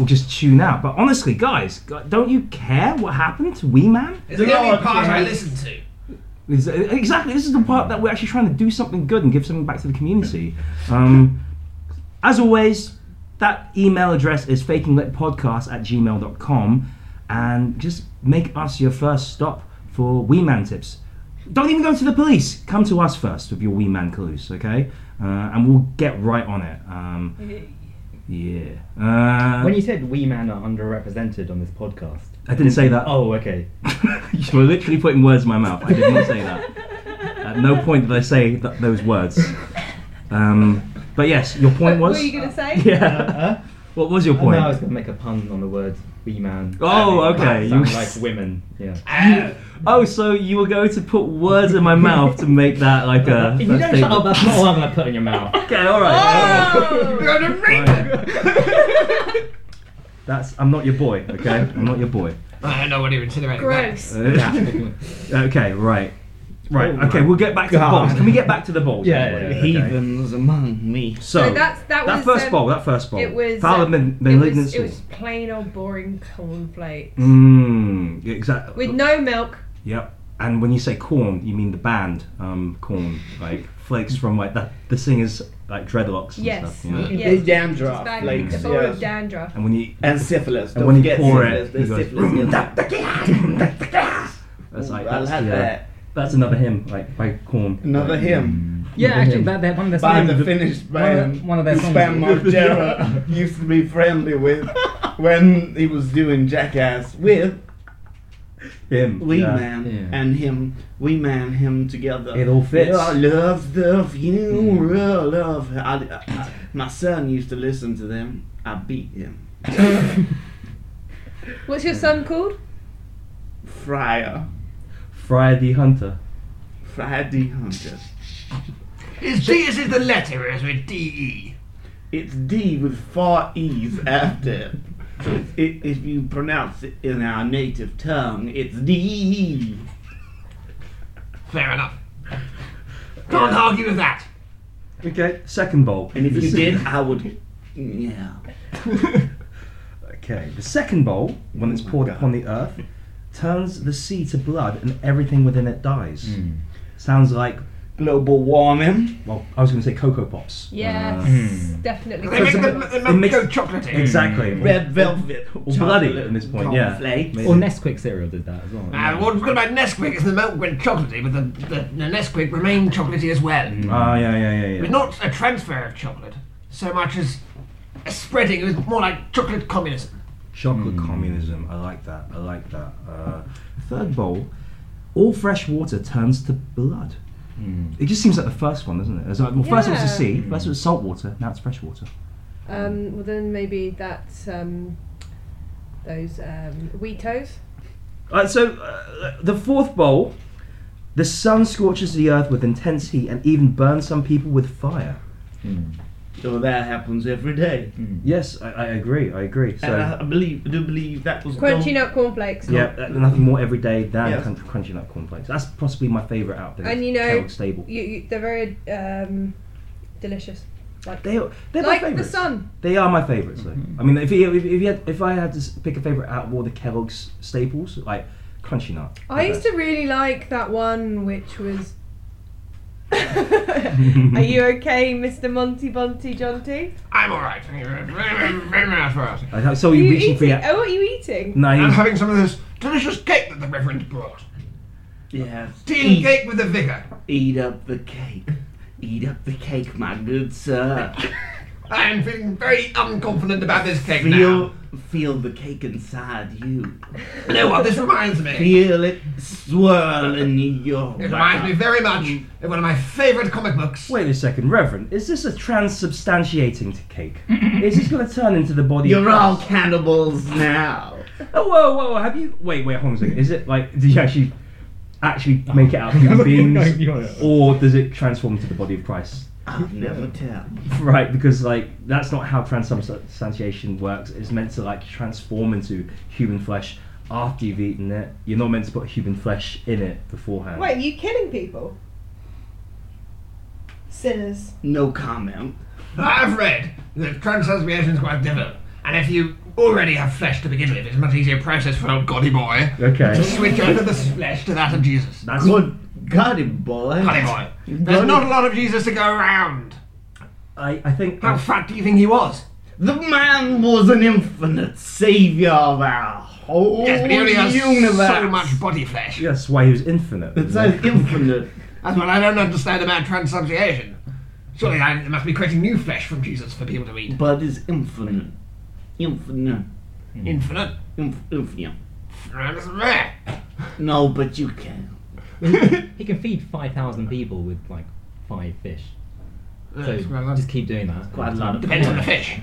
Speaker 1: or just tune out. But honestly, guys, gu- don't you care what happened to Wee Man?
Speaker 7: It's the only part I listen to.
Speaker 1: Is- Exactly. This is the part that we're actually trying to do something good and give something back to the community. Um, as always, that email address is fakingletpodcast at gmail.com and just make us your first stop for Wee Man tips. Don't even go to the police. Come to us first with your Wee Man clues, okay? Uh, and we'll get right on it. Um, yeah. Uh,
Speaker 5: When you said wee man are underrepresented on this podcast.
Speaker 1: I didn't say that.
Speaker 5: Oh, okay.
Speaker 1: you were literally putting words in my mouth. I did not say that. At no point did I say th- those words. Um, but yes, your point
Speaker 6: What
Speaker 1: was.
Speaker 6: were you going to say?
Speaker 1: yeah.
Speaker 5: Huh?
Speaker 1: What was your
Speaker 5: Oh,
Speaker 1: point?
Speaker 5: Uh, no, I was gonna make a pun on the word wee man.
Speaker 1: Oh,
Speaker 5: Uh,
Speaker 1: okay,
Speaker 5: sound
Speaker 1: you-
Speaker 5: like women. Yeah.
Speaker 7: Uh,
Speaker 1: oh, so you were going to put words in my mouth to make that like a.
Speaker 5: If you don't shut
Speaker 1: statement.
Speaker 5: up, Oh! that's not what I'm gonna put in your mouth.
Speaker 1: Okay, all right.
Speaker 6: Oh,
Speaker 7: You're gonna rape him.
Speaker 1: That's. I'm not your boy. Okay, I'm not your boy.
Speaker 7: Uh, I don't know what he would insinuate.
Speaker 6: Gross.
Speaker 1: Uh, okay, right. Right.
Speaker 4: Oh
Speaker 1: okay,
Speaker 4: my
Speaker 1: we'll get back to the
Speaker 4: God.
Speaker 1: balls. Can we get back to the balls?
Speaker 5: Yeah,
Speaker 1: anyway?
Speaker 5: yeah, yeah.
Speaker 1: Okay.
Speaker 4: Heathens among me.
Speaker 1: So,
Speaker 6: So that's- that was,
Speaker 1: first
Speaker 6: um,
Speaker 1: bowl. That first bowl.
Speaker 6: It was.
Speaker 1: foul
Speaker 6: uh,
Speaker 1: of Mal-
Speaker 6: it
Speaker 1: malignant
Speaker 6: was, it
Speaker 1: soul.
Speaker 6: was plain old boring cornflakes
Speaker 1: Mmm, exactly.
Speaker 6: with no milk.
Speaker 1: Yep. And when you say corn, you mean the band um, corn, like flakes from like that the singers like dreadlocks and
Speaker 6: Yes.
Speaker 1: stuff. You know?
Speaker 6: Yeah.
Speaker 4: Big dandruff,
Speaker 6: Just back
Speaker 4: like
Speaker 6: the bowl of dandruff.
Speaker 1: And when you
Speaker 4: and syphilis.
Speaker 1: and
Speaker 4: Don't
Speaker 1: when you
Speaker 4: forget
Speaker 1: pour
Speaker 4: syphilis.
Speaker 1: it, you
Speaker 4: There's
Speaker 1: go,
Speaker 4: syphilis. in there.
Speaker 1: that's like
Speaker 4: I
Speaker 1: that's,
Speaker 4: like
Speaker 1: yeah,
Speaker 4: that.
Speaker 1: that's another hymn like by corn. mm.
Speaker 4: Another hymn
Speaker 5: Yeah,
Speaker 1: Another
Speaker 5: actually,
Speaker 1: hymn.
Speaker 5: that, that one of their
Speaker 4: by
Speaker 5: songs-
Speaker 4: the Finnish band
Speaker 5: one of their songs-
Speaker 4: Spam Margera used to be friendly with when he was doing Jackass with
Speaker 1: hymn.
Speaker 4: Wee
Speaker 1: yeah.
Speaker 4: Man
Speaker 5: Yeah.
Speaker 4: and him. We Man him together.
Speaker 1: It all fits.
Speaker 4: Yeah, I love the funeral
Speaker 5: Mm.
Speaker 4: love. I, I, I, my son used to listen to them. I beat him.
Speaker 6: What's your son called?
Speaker 4: Friar.
Speaker 1: Friday Hunter.
Speaker 4: Friday Hunter.
Speaker 7: His D is in the letter, as with D E.
Speaker 4: It's D with four E's after. it, if you pronounce it in our native tongue, it's D.
Speaker 7: Fair enough. Can't argue with that.
Speaker 1: Okay. Second bowl.
Speaker 4: And if
Speaker 1: The
Speaker 4: you
Speaker 1: se-
Speaker 4: did, I would. Yeah.
Speaker 1: Okay. The second bowl, when it's
Speaker 4: Oh my
Speaker 1: poured
Speaker 4: God.
Speaker 1: upon the earth, turns the sea to blood and everything within it dies. Sounds like
Speaker 4: Hmm. Global warming. Hmm.
Speaker 1: well, I was going to say cocoa pops.
Speaker 6: Yes,
Speaker 1: Uh,
Speaker 6: definitely.
Speaker 7: They make the, they
Speaker 1: It
Speaker 7: make
Speaker 1: makes-
Speaker 7: go chocolatey.
Speaker 1: exactly.
Speaker 4: Hmm. Red velvet.
Speaker 1: Or bloody
Speaker 4: chocolate
Speaker 1: at this point, yeah.
Speaker 4: cornflakes.
Speaker 1: Maybe.
Speaker 5: Or Nesquik cereal did that as well.
Speaker 7: Uh, what's good about Nesquik is the milk went chocolatey, but the, the, the Nesquik remained chocolatey as well.
Speaker 1: Ah, yeah, yeah, yeah, yeah.
Speaker 7: It was not a transfer of chocolate so much as a spreading. It was more like chocolate communism.
Speaker 1: Chocolate
Speaker 4: Hmm.
Speaker 1: communism. I like that. I like that. Uh, third bowl. All fresh water turns to blood.
Speaker 4: Hmm.
Speaker 1: It just seems like the first one, doesn't it? It's like, well, first it was the sea,
Speaker 6: Yeah.
Speaker 1: first it was salt water, now it's fresh water.
Speaker 6: Um, well, then maybe that's um, those um, Wheatos.
Speaker 1: Uh, so, uh, the fourth bowl. The sun scorches the earth with intense heat and even burns some people with fire.
Speaker 4: So that happens every day.
Speaker 7: Hmm.
Speaker 1: Yes, I, I agree. I agree. So,
Speaker 4: And I, I believe, I do believe that was gold-
Speaker 6: Crunchy nut cornflakes.
Speaker 1: yeah, uh, nothing more every day than
Speaker 4: Yes.
Speaker 1: crunch, crunching up cornflakes. That's possibly my favourite out there.
Speaker 6: And you know,
Speaker 1: Kellogg's Stable.
Speaker 6: You, you, they're very um, delicious. Like,
Speaker 1: They, they're my
Speaker 6: like the
Speaker 1: favorites.
Speaker 6: sun.
Speaker 1: They are my favorites, though. I mean, if you, if, if, you had, if I had to s- pick a favorite out of all the Kellogg's staples, like Crunchy Nut.
Speaker 6: I used to really like that one, which was. Are you okay, Mr. Monty Bonty Jonty?
Speaker 7: I'm alright. Thank you very, very, very much for asking.
Speaker 1: I saw
Speaker 6: Are
Speaker 1: you
Speaker 6: you
Speaker 1: reaching for
Speaker 6: eating?
Speaker 1: your.
Speaker 6: Oh, what are you eating?
Speaker 1: No,
Speaker 7: I'm
Speaker 1: you-
Speaker 7: having some of this delicious cake that the Reverend brought.
Speaker 4: Yes.
Speaker 7: Tea and cake with the vicar.
Speaker 4: Eat up the cake. Eat up the cake, my good sir.
Speaker 7: I am feeling very unconfident about this cake
Speaker 4: Feel,
Speaker 7: now.
Speaker 4: feel the cake inside you.
Speaker 7: You know what? This reminds me.
Speaker 4: Feel it swirl in your.
Speaker 7: It reminds me very much of one of my favourite comic books.
Speaker 1: Wait a second, Reverend. Is this a transubstantiating cake? is this going to turn into the body? of
Speaker 4: You're all
Speaker 1: Christ?
Speaker 4: cannibals now.
Speaker 1: Oh, whoa, whoa, whoa! Have you? Wait, wait, hold on a second. Is it like? Did you actually, actually make it out of human beings, or does it transform into the body of Christ?
Speaker 4: I'll never tell.
Speaker 1: Right, because like that's not how transubstantiation works. It's meant to like transform into human flesh after you've eaten it. You're not meant to put human flesh in it beforehand.
Speaker 6: Wait, are you killing people? Sinners.
Speaker 4: No comment.
Speaker 7: I've read that transubstantiation is quite difficult, and if you already have flesh to begin with, it's a much easier process for old Goddy Boy to
Speaker 1: Okay.
Speaker 7: switch over the flesh to that of Jesus.
Speaker 1: That's
Speaker 4: Good. Got it, boy.
Speaker 7: Goddy Boy. There's not a lot of Jesus to go around.
Speaker 1: I, I think
Speaker 7: How fat do you think he was?
Speaker 4: The man was an infinite savior of our whole
Speaker 7: Yes, but he only has
Speaker 4: Oh, universe.
Speaker 7: so much body flesh.
Speaker 1: that's why he was infinite.
Speaker 4: It says infinite.
Speaker 7: That's what I don't understand about transubstantiation. Surely I they must be creating new flesh from Jesus for people to eat.
Speaker 4: But it's infinite. Infinite.
Speaker 7: Infinite.
Speaker 4: Inf- infinite.
Speaker 7: That's rare.
Speaker 4: No, but you can.
Speaker 5: He can feed 5,000 people with like five fish. So
Speaker 7: That's quite a lot.
Speaker 5: just keep doing that.
Speaker 4: Quite a lot of
Speaker 7: Depends on the fish.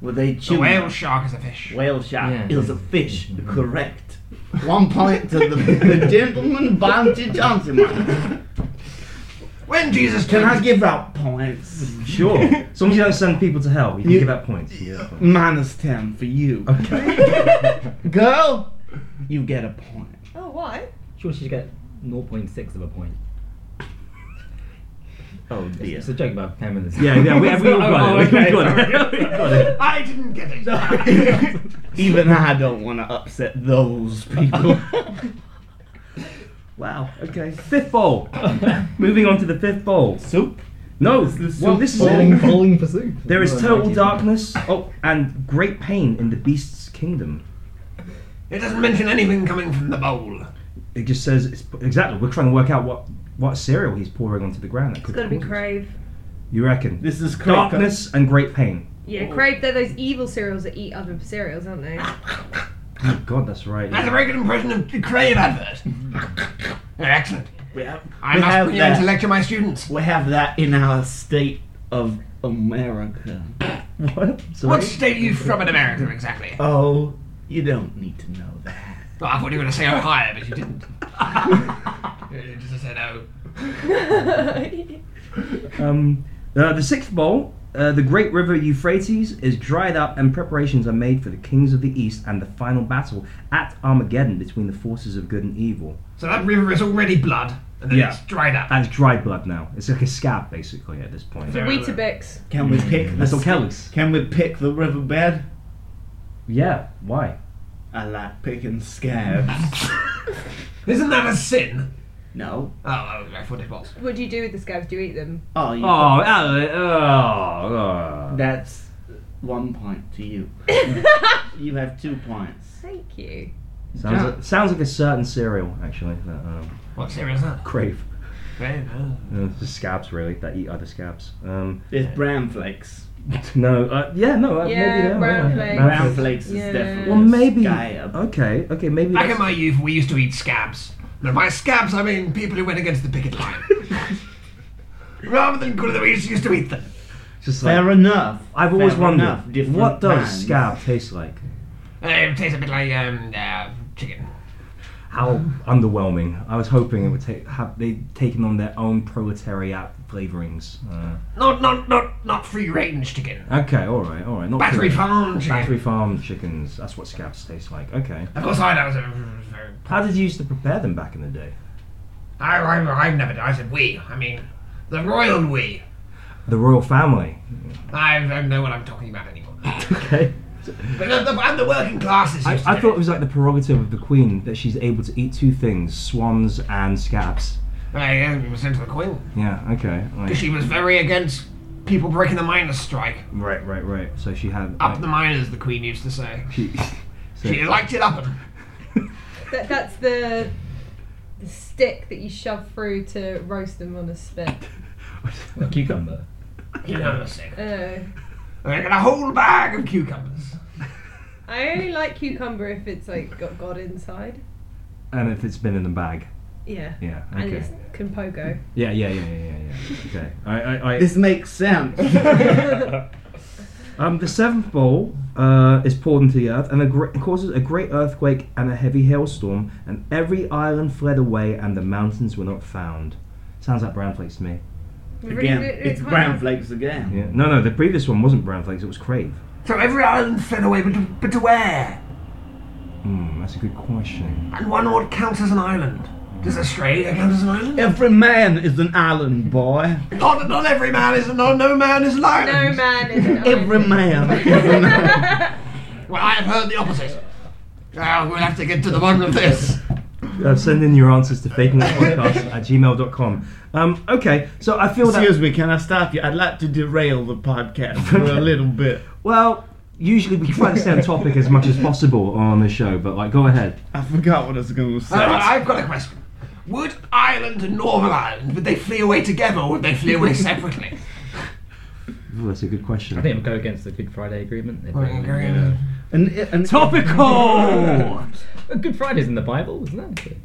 Speaker 4: Well, they
Speaker 7: The
Speaker 4: chew.
Speaker 7: whale shark is a fish.
Speaker 4: Whale shark
Speaker 5: Yeah.
Speaker 4: is a fish. Correct. One point to the, the gentleman, Bounty Johnson. man.
Speaker 7: When Jesus
Speaker 4: Can I
Speaker 7: took-
Speaker 4: give out points?
Speaker 1: Sure. As long as you don't send people to hell, you can
Speaker 4: You-
Speaker 1: give out points. You get points.
Speaker 4: Minus 10 for you. Girl, you get a point.
Speaker 6: Oh, why?
Speaker 5: Sure, she should get 0.6 of a point.
Speaker 4: Oh,
Speaker 5: It's, it's a joke about feminism.
Speaker 1: Yeah, yeah, we, we all got
Speaker 5: Oh,
Speaker 1: it.
Speaker 5: okay,
Speaker 1: we got
Speaker 5: sorry.
Speaker 1: it. we got it.
Speaker 7: I didn't get it.
Speaker 4: Even I don't want to upset those people.
Speaker 1: Wow. Okay. Fifth bowl. Moving on to the fifth bowl.
Speaker 4: Soup?
Speaker 1: No.
Speaker 4: the
Speaker 1: well,
Speaker 4: soup
Speaker 1: this is
Speaker 5: Falling,
Speaker 1: it.
Speaker 5: falling for soup.
Speaker 1: There is
Speaker 5: Oh,
Speaker 1: total
Speaker 5: thank you.
Speaker 1: darkness. Oh, and great pain in the beast's kingdom.
Speaker 7: It doesn't mention anything coming from the bowl.
Speaker 1: It just says it's exactly. We're trying to work out what what cereal he's pouring onto the ground. That
Speaker 6: It's
Speaker 1: could
Speaker 6: gotta be
Speaker 1: cause it.
Speaker 6: Crave.
Speaker 1: You reckon?
Speaker 4: This is correct.
Speaker 1: darkness and great pain.
Speaker 6: Yeah, Crave, they're those evil cereals that eat other cereals, aren't they?
Speaker 1: Oh God, that's right.
Speaker 7: That's a very good impression of the Crave advert. Excellent.
Speaker 4: We have,
Speaker 7: I
Speaker 4: we
Speaker 7: must
Speaker 4: have
Speaker 7: bring you in to
Speaker 4: that.
Speaker 7: lecture my students.
Speaker 4: We have that in our state of America.
Speaker 1: What? Sorry?
Speaker 7: What state are you from in America exactly?
Speaker 4: Oh, you don't need to know that.
Speaker 7: Oh, I thought you were going to say Ohio, but you didn't. you just said oh.
Speaker 1: Um, uh, the sixth bowl, uh, the great river Euphrates, is dried up, and preparations are made for the kings of the east and the final battle at Armageddon between the forces of good and evil.
Speaker 7: So that river is already blood, and then
Speaker 1: Yeah.
Speaker 7: it's dried up.
Speaker 1: That's dried blood now. It's like a scab, basically, at this point.
Speaker 6: The Weetabix.
Speaker 4: Can we pick the
Speaker 1: That's all
Speaker 4: state-
Speaker 1: Kellogg's.
Speaker 4: Can we pick the riverbed?
Speaker 1: Yeah, why?
Speaker 4: I like picking scabs.
Speaker 7: Isn't that a sin?
Speaker 4: no.
Speaker 7: Oh, I I thought it was.
Speaker 6: What do you do with the scabs? Do you eat them?
Speaker 4: Oh, you
Speaker 1: Oh, oh, oh.
Speaker 4: That's one point to you. you have two points.
Speaker 6: Thank you.
Speaker 1: Sounds, like, sounds like a certain cereal, actually. That, um,
Speaker 7: What cereal is that?
Speaker 1: crave.
Speaker 7: Crave, oh.
Speaker 1: Uh, just scabs, really, that eat other scabs. Um,
Speaker 4: It's bran flakes.
Speaker 1: no, uh, yeah, no, uh, maybe
Speaker 6: Yeah,
Speaker 1: they are,
Speaker 6: brown
Speaker 1: yeah.
Speaker 6: flakes.
Speaker 4: Brown flakes is
Speaker 6: Yeah.
Speaker 4: definitely.
Speaker 1: Well, maybe.
Speaker 4: Scab.
Speaker 1: Okay, okay, maybe.
Speaker 7: Back in
Speaker 1: that's-
Speaker 7: my youth, we used to eat scabs. And by scabs, I mean people who went against the picket line. Rather than good, we just used to eat them.
Speaker 1: just like-
Speaker 4: Fair enough.
Speaker 1: I've always
Speaker 4: Fair
Speaker 1: wondered
Speaker 4: enough. Different
Speaker 1: what does
Speaker 4: brands.
Speaker 1: scab taste like?
Speaker 7: Uh, it tastes a bit like um, uh, chicken.
Speaker 1: How underwhelming! I was hoping it would take have they taken on their own proletariat flavorings. Uh,
Speaker 7: Not, not, not, not free range chicken.
Speaker 1: okay, all right, all right. Not
Speaker 7: Battery
Speaker 1: correct.
Speaker 7: farm chicken.
Speaker 1: Uh, Battery farm chickens. That's what scabs taste like. Okay.
Speaker 7: Of course, I know. it's very-
Speaker 1: How did you used to prepare them back in the day?
Speaker 7: I, I, I've never. I said we. I mean, the royal we.
Speaker 1: the royal family.
Speaker 7: I don't know what I'm talking about anymore.
Speaker 1: Okay.
Speaker 7: But I'm the, I'm the working classes.
Speaker 1: I,
Speaker 7: used to
Speaker 1: I
Speaker 7: do
Speaker 1: thought it was like the prerogative of the queen that she's able to eat two things: swans and scabs.
Speaker 7: I am sent to the Queen
Speaker 1: Yeah. Okay. like-
Speaker 7: 'cause she was very against people breaking the miners' strike.
Speaker 1: right. Right. Right. So she had.
Speaker 7: Up the miners, the Queen used to say.
Speaker 1: she, so-
Speaker 7: She liked it up 'em.
Speaker 6: That, that's the, the stick that you shove through to roast them on a spit.
Speaker 5: A cucumber.
Speaker 7: You know what I'm saying.
Speaker 6: Uh,
Speaker 7: I got a whole bag of cucumbers.
Speaker 6: I only like cucumber if it's like got God inside.
Speaker 1: and if it's been in a bag.
Speaker 6: Yeah.
Speaker 1: Yeah.
Speaker 6: And
Speaker 1: Okay.
Speaker 6: it's can pogo.
Speaker 1: Yeah. Yeah. Yeah. Yeah. Yeah. yeah. Okay. I. I. I
Speaker 4: This makes sense.
Speaker 1: Um, the seventh bowl uh, is poured into the earth and a gre- causes a great earthquake and a heavy hailstorm, and every island fled away, and the mountains were not found. Sounds like brown flakes to me.
Speaker 4: Again, it's brown flakes again.
Speaker 1: Yeah. No, no, the previous one wasn't brown flakes; it was crave.
Speaker 7: So every island fled away, but to, but to where?
Speaker 1: Hmm, that's a good question.
Speaker 7: And one what counts as an island? Does Australia count as an island?
Speaker 4: Every man is an island boy.
Speaker 7: Not, not every man is not no man is an
Speaker 6: No
Speaker 7: island.
Speaker 6: man is an
Speaker 4: Every
Speaker 6: island.
Speaker 4: man is an island.
Speaker 7: Well, I have heard the opposite. Now we'll have to get to the bottom of this.
Speaker 1: Uh, send in your answers to fakingitpodcast at gmail.com. Um, okay, so I feel that.
Speaker 4: Excuse me, can I stop you? I'd like to derail the podcast for a little bit.
Speaker 1: Well, usually we try to stay on topic as much as possible on the show, but like, go ahead.
Speaker 4: I forgot what I was going to say.
Speaker 7: Uh, I've got a question. Would Ireland and Northern Ireland would they flee away together or would they flee away separately?
Speaker 1: Ooh, that's a good question.
Speaker 5: I think it would go against the Good Friday Agreement. If
Speaker 7: Right,
Speaker 5: it-
Speaker 7: okay.
Speaker 5: yeah.
Speaker 4: And, and,
Speaker 1: Topical!
Speaker 5: But Good Friday's in the Bible, isn't it?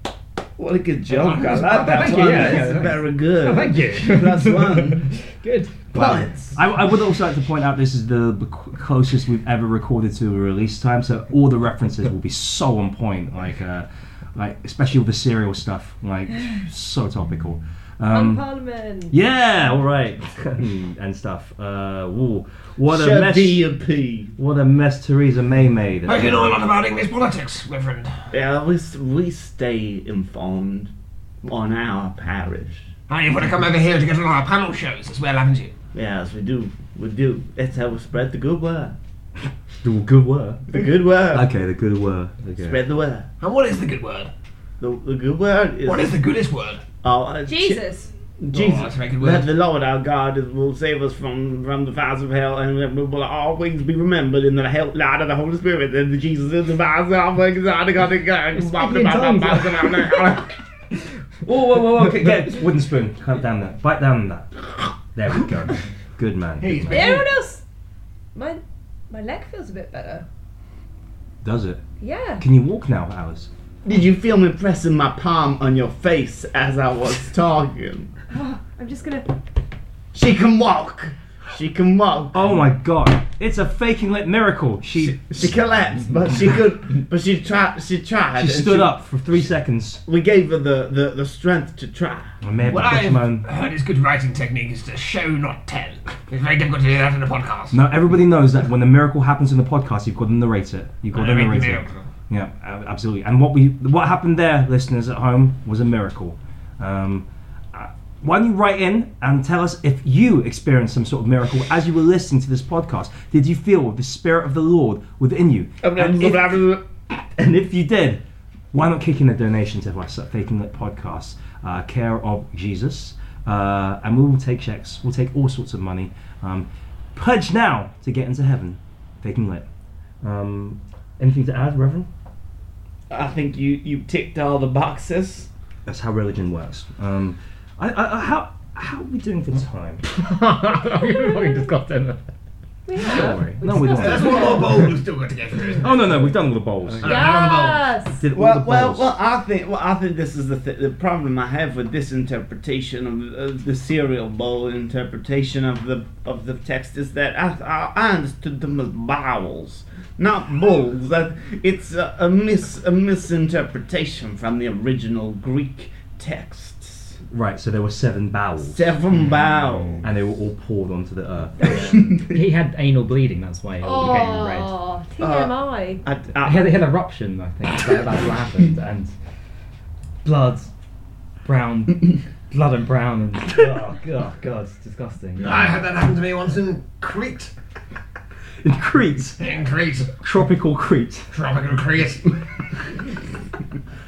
Speaker 4: What a good joke. I like that
Speaker 5: Thank you,
Speaker 4: one.
Speaker 5: yeah,
Speaker 4: That's
Speaker 5: yeah.
Speaker 4: very good.
Speaker 5: thank you.
Speaker 4: That's one.
Speaker 5: Good.
Speaker 4: Points.
Speaker 1: I, I would also like to point out this is the the c- closest we've ever recorded to a release time, so all the references will be so on point, like uh, like especially with the serial stuff, like so topical.
Speaker 6: On
Speaker 1: Um,
Speaker 6: Parliament.
Speaker 1: yeah, all right, and stuff. Uh, woo. What a
Speaker 4: Shut
Speaker 1: mess!
Speaker 4: D.A.P.
Speaker 1: What a mess Theresa May made.
Speaker 7: But you know a lot about English politics, Reverend.
Speaker 4: Yeah, we, s- we stay informed on our parish.
Speaker 7: And you've got to come over here to get on our panel shows as well, haven't you?
Speaker 4: Yes, we do. We do. That's how we spread the good word.
Speaker 1: the good word.
Speaker 4: The good word.
Speaker 1: Okay, the good word. Okay.
Speaker 4: Spread the word.
Speaker 7: And what is the good word?
Speaker 4: The, the good word is.
Speaker 7: What is the goodest word?
Speaker 4: Oh, uh, chi-
Speaker 6: Jesus.
Speaker 7: Oh, that's
Speaker 4: Jesus.
Speaker 7: a very good word.
Speaker 4: that the Lord our God is- will save us from, from the fires of hell, and that we will always be remembered in the help light of the Holy Spirit. And the Jesus is the fires of the God. God,
Speaker 5: speaking in tongues.
Speaker 4: God.
Speaker 1: Whoa, whoa, whoa, whoa! Get get wooden spoon. Cut down that. Bite down that. There we go. Good man.
Speaker 7: He's
Speaker 1: Good man.
Speaker 6: Did anyone else? My my leg feels a bit better.
Speaker 1: Does it?
Speaker 6: Yeah.
Speaker 1: Can you walk now, Alice?
Speaker 4: Did you feel me pressing my palm on your face as I was talking?
Speaker 6: I'm just gonna.
Speaker 4: She can walk. She can walk.
Speaker 1: Oh my god, it's a faking lit miracle. She
Speaker 4: She collapsed, but she could. But she tried. She tried.
Speaker 1: she
Speaker 4: and
Speaker 1: stood up for three seconds.
Speaker 4: We gave her the, the, the strength to try.
Speaker 1: I may have
Speaker 7: What
Speaker 1: been
Speaker 7: I've
Speaker 1: Dutchman.
Speaker 7: heard is good writing technique is to show, not tell. It's very difficult to do that in a podcast. Uh,
Speaker 1: Now everybody knows that when a miracle happens in the podcast, you've got to narrate it. You've got
Speaker 7: I
Speaker 1: to
Speaker 7: mean,
Speaker 1: narrate
Speaker 7: the
Speaker 1: it.
Speaker 7: miracle.
Speaker 1: Yeah, a- absolutely. And what we what happened there, listeners at home, was a miracle. Um, uh, why don't you write in and tell us if you experienced some sort of miracle as you were listening to this podcast? Did you feel the spirit of the Lord within you? And if- And if you did, why not kick in a donation to us at Faking Lit Podcast, uh, Care of Jesus? Uh, and we will take checks, we'll take all sorts of money. Um, pledge now to get into heaven, Faking Lit. Um, anything to add, Reverend?
Speaker 4: I think you, you ticked all the boxes.
Speaker 1: That's how religion works. Um, I, I, I, how, how are we doing for time?
Speaker 5: We've fucking discussed it.
Speaker 6: We
Speaker 1: Don't
Speaker 6: have.
Speaker 1: worry. No, we
Speaker 7: That's
Speaker 1: don't.
Speaker 7: one more bowl we've still got to get through. isn't it?
Speaker 1: Oh, no, no, we've done all the bowls.
Speaker 6: Yes.
Speaker 1: Did all the
Speaker 4: Well,
Speaker 1: bowls.
Speaker 4: well, well. I think well, I think this is the th- the problem I have with this interpretation of, of the cereal bowl interpretation of the of the text is that I I, I understood them as bowels, not bowls. That it's a, a mis a misinterpretation from the original Greek texts.
Speaker 1: Right, so there were seven bowels,
Speaker 4: Seven bowels.
Speaker 1: and they were all poured onto the earth.
Speaker 5: He had anal bleeding, that's why it all became red.
Speaker 6: Oh, TMI.
Speaker 4: I, I,
Speaker 5: He had, he had eruption, I think. That, that's what happened. And blood, brown blood and brown and oh god, god, it's disgusting.
Speaker 4: Oh,
Speaker 7: I had that happen to me once in Crete.
Speaker 1: In Crete,
Speaker 7: In Crete.
Speaker 1: tropical Crete.
Speaker 7: Tropical Crete.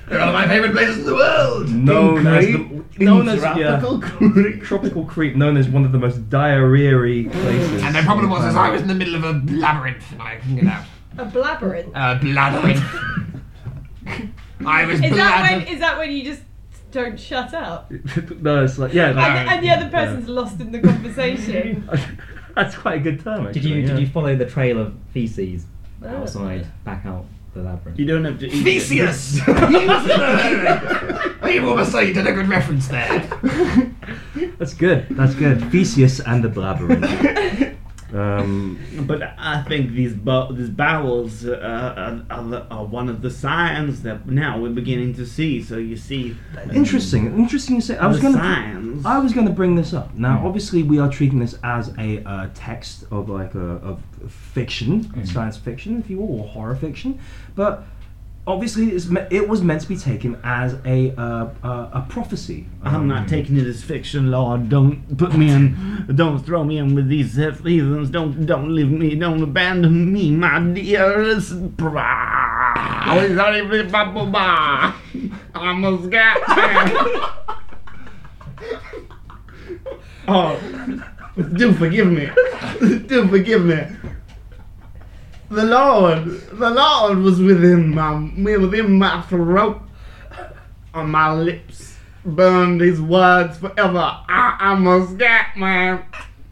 Speaker 7: They're one of my favourite places in the world.
Speaker 1: Known as the,
Speaker 4: Crete?
Speaker 1: known as
Speaker 4: Tropical
Speaker 1: yeah, tropical Crete, known as one of the most diarrhea places.
Speaker 7: And the problem was, is I was in the middle of a labyrinth and I couldn't get out.
Speaker 6: A blabbering.
Speaker 7: A labyrinth. Uh, I was
Speaker 6: Is that when?
Speaker 7: bladdered.
Speaker 6: Is that when you just don't shut up?
Speaker 1: no, it's like yeah.
Speaker 7: I-
Speaker 6: And, and the other person's lost in the conversation.
Speaker 1: that- that's quite a good term. Actually,
Speaker 5: Did you
Speaker 1: yeah.
Speaker 5: did you follow the trail of feces
Speaker 6: Oh.
Speaker 5: outside back out the labyrinth?
Speaker 4: You don't have to eat. it.
Speaker 7: Theseus! I almost say you did a good reference there.
Speaker 1: That's good. That's good. Theseus and the blabbering. um,
Speaker 4: But I think these bo- these bowels uh, are, are, the- are one of the signs that now we're beginning to see. So you see,
Speaker 1: interesting. Interesting you say. I was
Speaker 4: the
Speaker 1: going to.
Speaker 4: signs.
Speaker 1: I was going to bring this up. Now, obviously, we are treating this as a uh, text of like a of fiction, science fiction, if you will, or horror fiction, but obviously, it's me- it was meant to be taken as a uh, uh, a prophecy. Um,
Speaker 4: I'm not taking it as fiction, Lord. Don't put me in. Don't throw me in with these uh, heathens. Don't don't leave me. Don't abandon me, my dearest. I'm a scat. Oh, do forgive me. Do forgive me. The Lord, the Lord was within my within my throat on my lips. Burn these words forever. I am a scat man.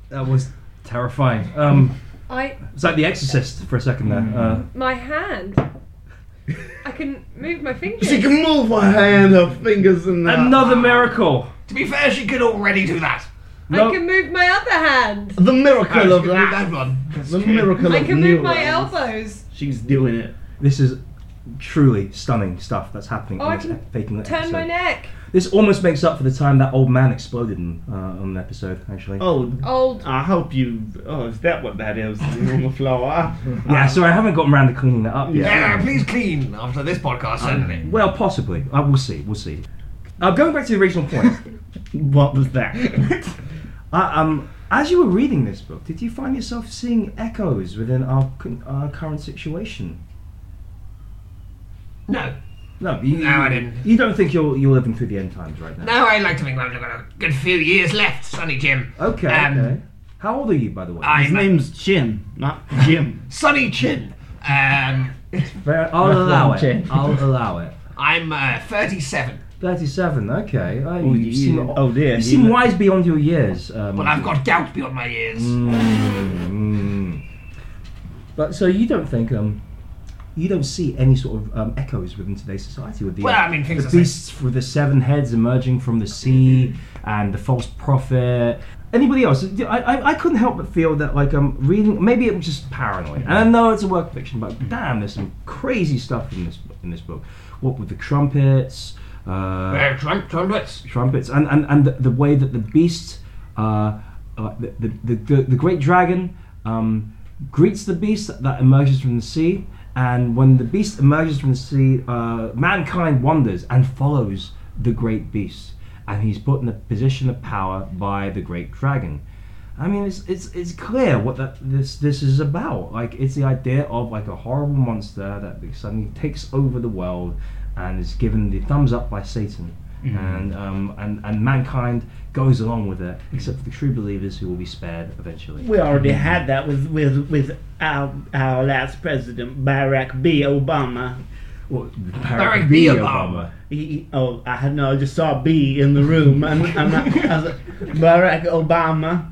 Speaker 1: That was terrifying. Um,
Speaker 6: I
Speaker 1: it's like The Exorcist for a second there. Uh,
Speaker 6: my hand. I can move my fingers.
Speaker 4: She can move her hand, her fingers, and that.
Speaker 1: another miracle.
Speaker 7: To be fair, she could already do that.
Speaker 1: No,
Speaker 6: I can move my other hand.
Speaker 4: the miracle
Speaker 7: Oh,
Speaker 4: of
Speaker 7: she could do
Speaker 4: life.
Speaker 7: that one.
Speaker 4: The miracle
Speaker 6: I
Speaker 4: of
Speaker 6: can move my
Speaker 4: neurons.
Speaker 6: elbows.
Speaker 4: She's doing it.
Speaker 1: this is truly stunning stuff that's happening.
Speaker 6: Oh,
Speaker 1: on
Speaker 6: I
Speaker 1: this
Speaker 6: can
Speaker 1: ep- faking
Speaker 6: Turn
Speaker 1: episode.
Speaker 6: my neck.
Speaker 1: This almost makes up for the time that old man exploded in uh, on an episode, actually.
Speaker 4: Oh,
Speaker 6: Old.
Speaker 4: I hope you. Oh, is that what that is? on the floor. I-
Speaker 1: Yeah, sorry, I haven't gotten around to cleaning that up yet.
Speaker 7: Yeah, please clean after this podcast,
Speaker 4: Oh.
Speaker 7: certainly.
Speaker 1: Well, possibly. Uh, we'll see. We'll see. Uh, going back to the original point,
Speaker 4: What was that?
Speaker 1: uh, um, as you were reading this book, did you find yourself seeing echoes within our, con- our current situation?
Speaker 7: No.
Speaker 1: No, you,
Speaker 7: No, I didn't.
Speaker 1: You don't think you're you're living through the end times right now?
Speaker 7: No, I like to think I've got a good few years left, Sonny Jim.
Speaker 1: Okay.
Speaker 7: Um,
Speaker 1: okay. How old are you, by the way?
Speaker 7: I'm uh,
Speaker 4: His name's Chin, not Jim.
Speaker 7: Sonny Chin. Um,
Speaker 1: Fair- I'll
Speaker 5: Rough
Speaker 1: allow
Speaker 5: one,
Speaker 1: it.
Speaker 5: Jane.
Speaker 1: I'll allow it.
Speaker 7: I'm uh, 37,
Speaker 1: Thirty-seven. Okay. Oh,
Speaker 4: Oh,
Speaker 1: you
Speaker 4: yeah.
Speaker 1: seem,
Speaker 4: Oh, dear.
Speaker 1: You seem
Speaker 4: Yeah.
Speaker 1: wise beyond your years. Um,
Speaker 7: but I've got gout beyond my ears.
Speaker 1: Mm. But so you don't think um, you don't see any sort of um, echoes within today's society with the
Speaker 7: Well, I mean, things
Speaker 1: the
Speaker 7: are said.
Speaker 1: beasts with the seven heads emerging from the sea
Speaker 7: Mm-hmm.
Speaker 1: and the false prophet. Anybody else? I, I, I couldn't help but feel that like um reading maybe it was just paranoid. And I
Speaker 7: Mm-hmm.
Speaker 1: know it's a work of fiction, but damn, there's some crazy stuff in this in this book. What with the trumpets. Uh,
Speaker 7: Uh, drunk trumpets.
Speaker 1: trumpets and and, and the, the way that the beast uh, uh, the, the, the, the great dragon um, greets the beast that emerges from the sea and when the beast emerges from the sea uh, mankind wanders and follows the great beast and he's put in a position of power by the great dragon I mean, it's it's it's clear what that this this is about. Like, it's the idea of like a horrible monster that suddenly takes over the world and is given the thumbs up by Satan, and um and and mankind goes along with it, except for the true believers who will be spared eventually.
Speaker 4: We already had that with with with our our last president, Barack B. Obama.
Speaker 1: Well,
Speaker 7: Barack
Speaker 1: Barack
Speaker 7: B.
Speaker 1: B.
Speaker 7: Obama.
Speaker 1: Obama.
Speaker 4: He- he- oh, I had no. I just saw a bee in the room, and, and I, I was like, Barack Obama,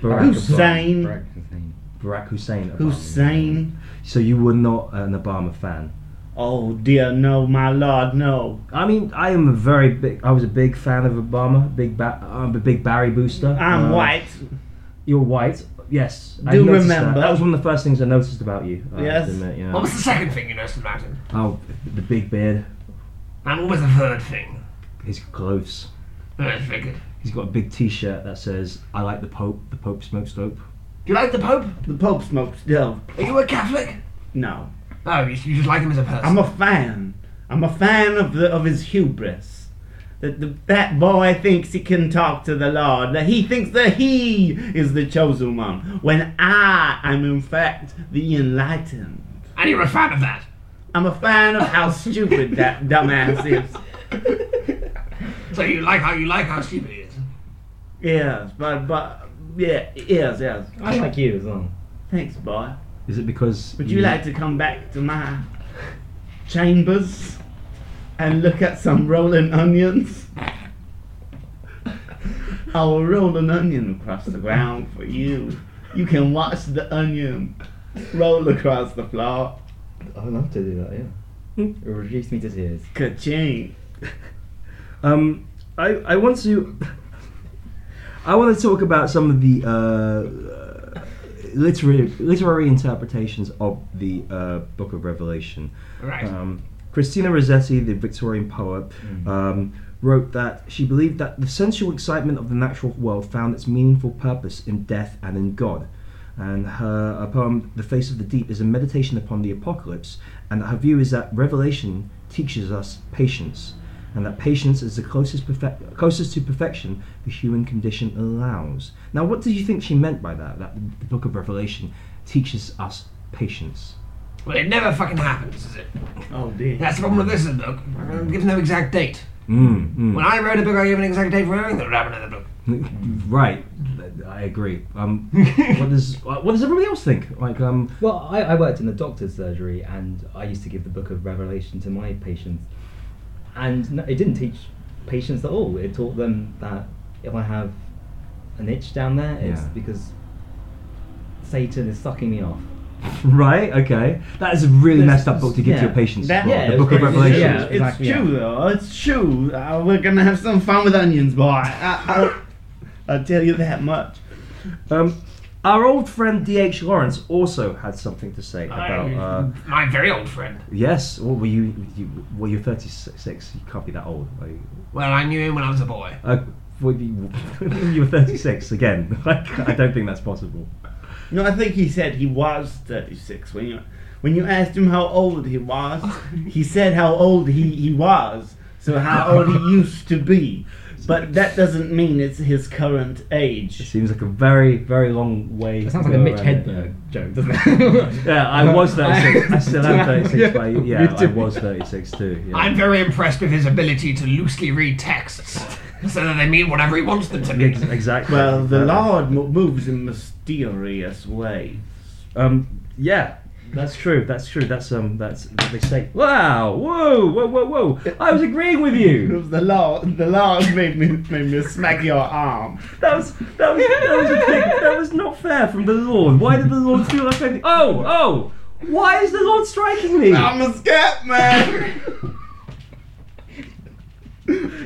Speaker 1: Barack Obama.
Speaker 4: Hussein.
Speaker 5: Correct, Hussein.
Speaker 1: Barack Hussein. Obama.
Speaker 4: Hussein.
Speaker 1: So you were not an Obama fan.
Speaker 4: Oh dear, no, my lord, no.
Speaker 1: I mean, I am a very big. I was a big fan of Obama. Big, ba- I'm a big Barry booster.
Speaker 4: I'm
Speaker 1: Uh,
Speaker 4: white.
Speaker 1: You're white. Yes. I
Speaker 4: Do
Speaker 1: noticed
Speaker 4: remember.
Speaker 1: That. that was one of the first things I noticed about you. I
Speaker 4: Yes.
Speaker 1: have to admit, yeah.
Speaker 7: What was the second thing you noticed about him?
Speaker 1: Oh, the big beard.
Speaker 7: And what was the third thing?
Speaker 1: His clothes.
Speaker 7: I figured.
Speaker 1: He's got a big T-shirt that says "I like the Pope. The Pope smokes dope."
Speaker 7: Do you like the Pope?
Speaker 4: The Pope smokes dope.
Speaker 7: Are you a Catholic?
Speaker 4: No,
Speaker 7: No, you, you just like him as a person.
Speaker 4: I'm a fan. I'm a fan of the of his hubris. that the, that boy thinks he can talk to the Lord, that he thinks that he is the chosen one, when I am in fact the enlightened.
Speaker 7: And you're a fan of that.
Speaker 4: I'm a fan of how stupid that dumbass is.
Speaker 7: So you like how you like how stupid he is.
Speaker 4: Yes, but but yeah, yes, yes.
Speaker 5: I like you as well.
Speaker 4: Thanks, boy.
Speaker 1: Is it because
Speaker 4: Would you like to come back to my chambers and look at some rolling onions? I will roll an onion across the ground for you. You can watch the onion roll across the floor.
Speaker 5: I love to do that. Yeah. It reduced me to tears.
Speaker 4: Ka-ching.
Speaker 1: Um, I I want to I want to talk about some of the uh, literary literary interpretations of the uh, Book of Revelation.
Speaker 7: Right.
Speaker 1: Um, Christina Rossetti, the Victorian poet, um, wrote that she believed that the sensual excitement of the natural world found its meaningful purpose in death and in God. And her uh, poem, The Face of the Deep, is a meditation upon the apocalypse, and that her view is that Revelation teaches us patience, and that patience is the closest, perfec- closest to perfection the human condition allows. Now, what do you think she meant by that? That the book of Revelation teaches us patience?
Speaker 7: Well, it never fucking happens, is it?
Speaker 4: Oh dear.
Speaker 7: That's the problem with this book. It gives no exact date.
Speaker 1: Mm, mm.
Speaker 7: When I wrote a book, I gave an exact date for everything that would happen in the book.
Speaker 1: Right, I agree. Um, what does uh, what does everybody else think? Like, um,
Speaker 5: Well, I, I worked in the doctor's surgery and I used to give the book of Revelation to my patients. And no, it didn't teach patients at all. It taught them that if I have an itch down there, it's
Speaker 1: Yeah.
Speaker 5: because Satan is sucking me off.
Speaker 1: right, okay, that is a really
Speaker 5: This-
Speaker 1: messed up book to give to your
Speaker 5: yeah.
Speaker 1: patients.
Speaker 4: That-
Speaker 1: well,
Speaker 5: yeah,
Speaker 1: the
Speaker 5: it
Speaker 1: Book of
Speaker 5: was-
Speaker 1: Revelation.
Speaker 5: yeah.
Speaker 4: it's
Speaker 5: exactly,
Speaker 4: true though. It's true. Uh, we're gonna have some fun with onions, boy. I, I, I'll tell you that much.
Speaker 1: Um, our old friend D.H. Lawrence also had something to say about. Uh,
Speaker 7: My very old friend.
Speaker 1: yes, what were you, you? Well, you're 36. You can't be that old. Like,
Speaker 7: Well, I knew him when I was a boy.
Speaker 1: uh, well, you, you're 36 again. Like, I don't think that's possible.
Speaker 4: No, I think he said he was 36 when you when you asked him how old he was. He said how old he, he was, so how old he used to be. But that doesn't mean it's his current
Speaker 1: It
Speaker 4: age.
Speaker 1: seems like a very, very long way.
Speaker 5: It
Speaker 1: to
Speaker 5: sounds like a
Speaker 1: go
Speaker 5: Mitch
Speaker 1: around.
Speaker 5: Hedberg joke, doesn't it?
Speaker 1: Yeah, I was 36. I still am 36,
Speaker 5: Yeah.
Speaker 1: but
Speaker 5: You
Speaker 1: yeah, I
Speaker 5: do.
Speaker 1: was 36 too. Yeah.
Speaker 7: I'm very impressed with his ability to loosely read texts so that they mean whatever he wants them to
Speaker 1: Ex-
Speaker 7: mean.
Speaker 1: exactly.
Speaker 4: Well, the
Speaker 1: Uh,
Speaker 4: Lord mo- moves in mysterious ways.
Speaker 1: Um, yeah, that's true. That's true. That's um, that's what they say. Wow! Whoa! Whoa! Whoa! Whoa! I was agreeing with you.
Speaker 4: The Lord, the Lord made me made me smack your arm.
Speaker 1: That was that was that was a thing. That was not fair from the Lord. Why did the Lord feel like? I- Oh! Oh! Why is the Lord striking me?
Speaker 5: Um,
Speaker 4: I'm a scat man.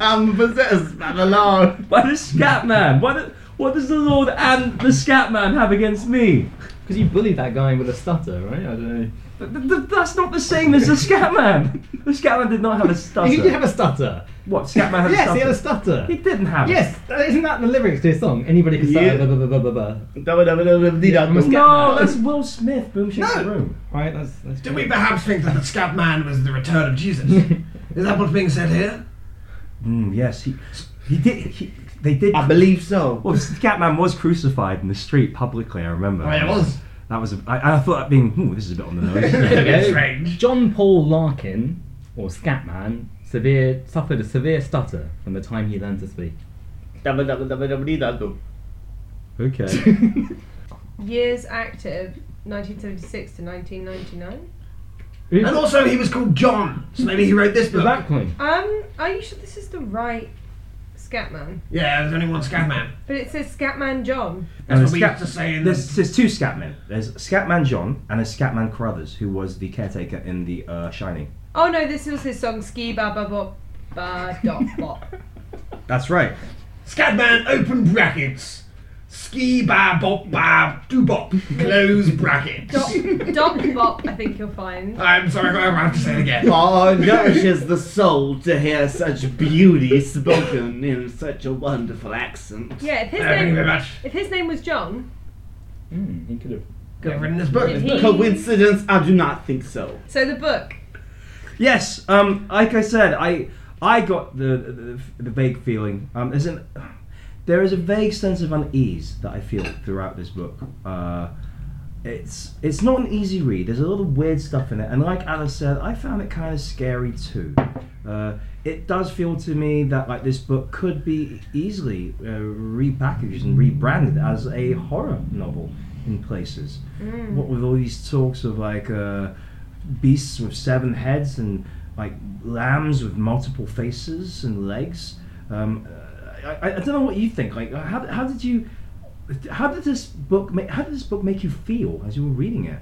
Speaker 4: I'm possessed by the Lord.
Speaker 1: By the scat man. Why the, what does the Lord and the scat man have against me?
Speaker 5: Because you bullied that guy with a stutter, right? I don't know.
Speaker 1: Th- th- th- that's not the same as the scat man. The scat man did not have a stutter.
Speaker 5: He did have a stutter.
Speaker 1: What? Scat man had
Speaker 5: yes, he had
Speaker 1: a
Speaker 5: a
Speaker 1: stutter.
Speaker 5: stutter.
Speaker 1: He didn't have. it.
Speaker 5: Yes, isn't that the lyrics to his song? Anybody can
Speaker 4: Yeah.
Speaker 5: stutter. Blah, blah, blah, blah, blah, blah.
Speaker 4: Do
Speaker 1: No,
Speaker 5: Scat Man.
Speaker 1: that's Will Smith. Boom Shaker's
Speaker 7: No.
Speaker 1: room.
Speaker 5: Right, that's. that's
Speaker 7: Do we perhaps think that the scab man was the return of Jesus? Is that what's being said here?
Speaker 1: Mm, yes, he he did. He, they did.
Speaker 4: I believe so.
Speaker 1: Well, the Catman was crucified in the street publicly. I remember.
Speaker 7: Well, Oh, it was.
Speaker 1: That was. A, I, I thought that being. Hmm, this is a bit on the nose.
Speaker 5: There we go.
Speaker 7: Strange.
Speaker 5: John Paul Larkin, or Scatman, severe suffered a severe stutter from the time he learned to speak.
Speaker 1: okay.
Speaker 6: Years active, 1976 to 1999.
Speaker 7: And also, he was called John, so maybe he wrote this book.
Speaker 5: exactly.
Speaker 6: Um, are you sure this is the right Scatman?
Speaker 7: Yeah, there's only one scab man.
Speaker 6: But it says Scatman John.
Speaker 7: That's
Speaker 1: And
Speaker 7: what
Speaker 1: the
Speaker 7: we
Speaker 1: scat-
Speaker 7: used to say in
Speaker 1: There's,
Speaker 7: this.
Speaker 1: there's two Scatmen. There's Scatman John and a Scatman Carruthers, who was the caretaker in the uh, Shining.
Speaker 6: Oh no, this was his song Ski Ba Ba Ba Ba Dot Bop.
Speaker 1: That's right.
Speaker 7: Scab man, open brackets. Ski ba bop ba do bop. Close brackets.
Speaker 6: Dot Dot Bop, I think you'll find.
Speaker 7: I'm sorry, I have to say it again.
Speaker 4: Oh, it nourishes the soul to hear such beauty spoken in such a wonderful accent.
Speaker 6: Yeah, if his
Speaker 7: Uh, thank you very
Speaker 6: name
Speaker 7: much.
Speaker 6: if his name was John,
Speaker 5: Mm, he could have.
Speaker 7: Could have written this book.
Speaker 6: Did he?
Speaker 4: Coincidence? I do not think so.
Speaker 6: so the book.
Speaker 1: Yes. Um. Like I said, I I got the the, the vague feeling. Um, there's an there is a vague sense of unease that I feel throughout this book. Uh, it's it's not an easy read. There's a lot of weird stuff in it, and like Alice said, I found it kind of scary too. Uh, it does feel to me that like this book could be easily uh, repackaged and rebranded as a horror novel in places. What with all these talks of like uh, beasts with seven heads and like lambs with multiple faces and legs. Um, I, I, I don't know what you think. Like, uh, how, how did you? How did this book make? How did this book make you feel as you were reading it?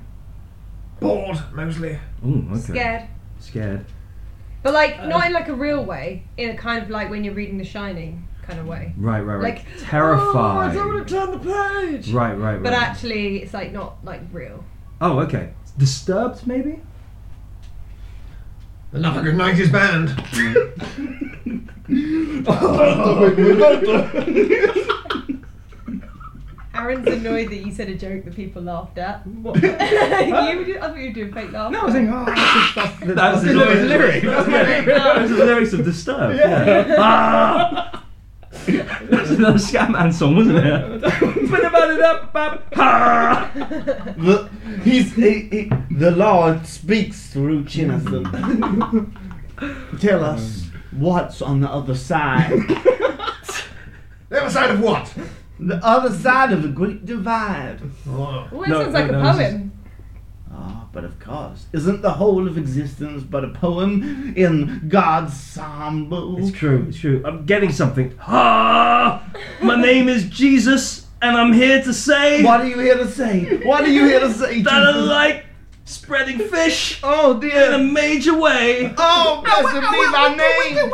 Speaker 7: Bored, mostly.
Speaker 1: Oh, okay.
Speaker 6: Scared.
Speaker 1: Scared.
Speaker 6: But like not in like a real way, in a kind of like when you're reading The Shining kind of way.
Speaker 1: Right, right, right.
Speaker 6: Like
Speaker 1: Terrified.
Speaker 6: Oh, I don't want to turn the page.
Speaker 1: Right, right, right.
Speaker 6: But actually, it's like not like real.
Speaker 1: oh, okay. Disturbed, maybe.
Speaker 7: Another good 90s band.
Speaker 6: Aaron's annoyed that you said a joke that people laughed at. you, I thought you were doing fake laugh.
Speaker 5: No, I was thinking, oh, that's, that's, that's,
Speaker 1: That's
Speaker 5: the
Speaker 1: lyrics.
Speaker 5: lyric. That's my lyric.
Speaker 1: Those are the lyrics of Disturbed. Yeah.
Speaker 6: uh,
Speaker 1: Ah! That's another Scatman song, wasn't it? Ah!
Speaker 4: The, he's he, he, the Lord speaks through Chinnison. Tell us what's on the other side.
Speaker 7: The other side of what?
Speaker 4: the other side of the Great Divide.
Speaker 7: Oh.
Speaker 6: Oh, it
Speaker 1: No,
Speaker 6: sounds like
Speaker 1: no,
Speaker 6: a
Speaker 1: no, it's
Speaker 6: poem.
Speaker 4: Ah, but of course, isn't the whole of existence but a poem in God's sample?
Speaker 1: It's true, it's true. I'm getting something. Ah! My name is Jesus, and I'm here to say
Speaker 4: What are you here to say? What are you here to say?
Speaker 1: that I
Speaker 4: Jesus?
Speaker 1: like spreading fish
Speaker 4: Oh
Speaker 1: in a
Speaker 4: dear.
Speaker 1: major way.
Speaker 4: Oh, blessed be thy name.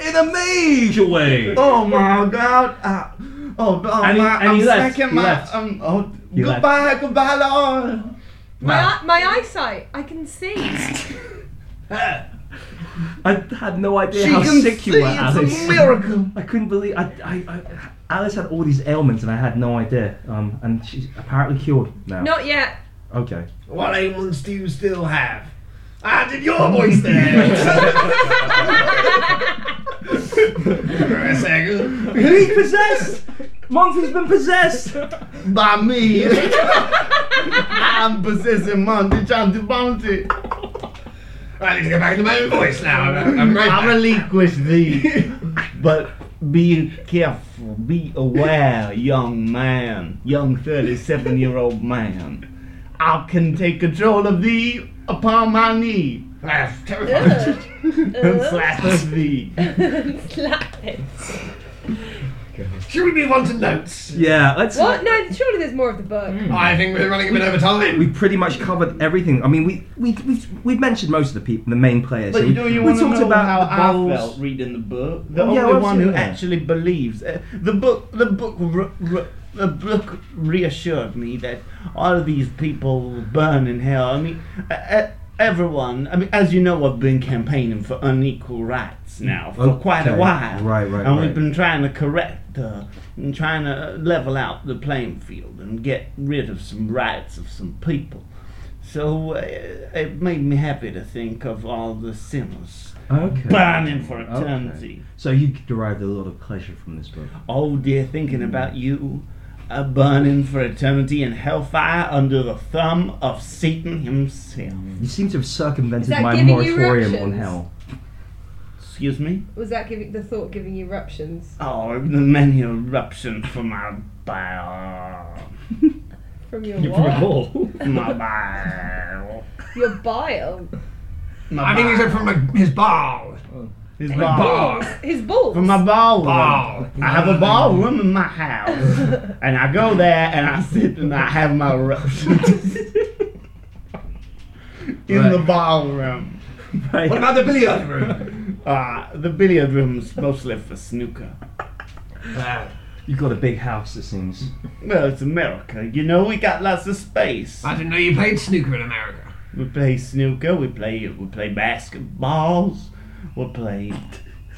Speaker 1: In a major way.
Speaker 4: Oh my God! Uh, oh, oh
Speaker 1: And he-
Speaker 4: my!
Speaker 1: and
Speaker 4: I'm
Speaker 1: he left.
Speaker 4: second
Speaker 1: He
Speaker 4: my.
Speaker 1: left.
Speaker 4: Um, oh,
Speaker 1: He left.
Speaker 4: goodbye, goodbye, Lord.
Speaker 6: My,
Speaker 1: Wow.
Speaker 6: eye- my eyesight, I can see.
Speaker 1: I had no idea
Speaker 4: She
Speaker 1: how
Speaker 4: can
Speaker 1: sick
Speaker 4: see,
Speaker 1: you were, Alice.
Speaker 4: It's a miracle.
Speaker 1: I couldn't believe I, I, I Alice had all these ailments and I had no idea. Um, and she's apparently cured now.
Speaker 6: Not yet.
Speaker 1: Okay.
Speaker 7: What ailments do you still have? I did your voice there. For a second.
Speaker 1: He's possessed. Monty's been possessed.
Speaker 4: By me. I'm possessing Monty Chanty Bounty.
Speaker 7: I need to go back to my own voice now. I'm, I'm right
Speaker 4: I
Speaker 7: back.
Speaker 4: relinquish thee. But be careful, be aware, young man, young 37 year old man. I can take control of thee upon my knee
Speaker 7: I have terrified.
Speaker 4: and slap thee.
Speaker 6: Slap it.
Speaker 7: Should we move on to notes?
Speaker 1: Yeah. Let's.
Speaker 6: What? No, surely there's more of the book.
Speaker 7: I think we're running a bit over time.
Speaker 1: We pretty much covered everything. I mean, we we we we mentioned most of the people, the main players. so
Speaker 4: But
Speaker 1: we,
Speaker 4: do you
Speaker 1: we
Speaker 4: want to
Speaker 1: talked
Speaker 4: know
Speaker 1: about
Speaker 4: how
Speaker 1: the
Speaker 4: I
Speaker 1: bowls.
Speaker 4: felt reading the book? The
Speaker 1: Oh, yeah,
Speaker 4: only
Speaker 1: well,
Speaker 4: one who
Speaker 1: yeah.
Speaker 4: actually believes. Uh, the book, the book, re- re- the book reassured me that all of these people will burn in hell. I mean, uh, uh, everyone. I mean, as you know, I've been campaigning for unequal rights now for
Speaker 1: Okay.
Speaker 4: quite a while.
Speaker 1: Right, right,
Speaker 4: And
Speaker 1: right.
Speaker 4: we've been trying to correct, uh, and trying to level out the playing field and get rid of some rights of some people. So uh, it made me happy to think of all the sinners
Speaker 1: Okay.
Speaker 4: burning for
Speaker 1: Okay.
Speaker 4: eternity.
Speaker 1: So you derived a lot of pleasure from this book.
Speaker 4: Oh dear, thinking
Speaker 1: Hmm.
Speaker 4: about you, uh, burning for eternity in hellfire under the thumb of Satan himself.
Speaker 1: You seem to have
Speaker 6: Is
Speaker 1: circumvented
Speaker 6: that
Speaker 1: my
Speaker 6: giving you
Speaker 1: moratorium on
Speaker 6: reactions?
Speaker 1: hell.
Speaker 4: Excuse me?
Speaker 6: Was that giving the thought giving you eruptions
Speaker 4: Oh, the many eruptions from my bile.
Speaker 6: from your
Speaker 5: You're
Speaker 6: what?
Speaker 5: wall.
Speaker 4: My bile.
Speaker 6: Your bile.
Speaker 4: My
Speaker 7: I think he
Speaker 4: bile.
Speaker 7: said from a, his ball.
Speaker 4: His
Speaker 7: Like ball.
Speaker 6: His balls.
Speaker 4: From my ballroom.
Speaker 7: Ball.
Speaker 4: I have a
Speaker 1: Mm.
Speaker 4: ballroom in my house. and I go there and I sit and I have my eruptions. in the
Speaker 1: Right.
Speaker 4: ballroom.
Speaker 7: What
Speaker 1: Right.
Speaker 7: about the billiard room?
Speaker 4: Uh, the billiard room's mostly for snooker.
Speaker 7: Uh,
Speaker 1: You've got a big house, it seems.
Speaker 4: Well, it's America, you know, we got lots of space.
Speaker 7: I didn't know you played snooker in America.
Speaker 4: We play snooker, we play we play basketballs, we play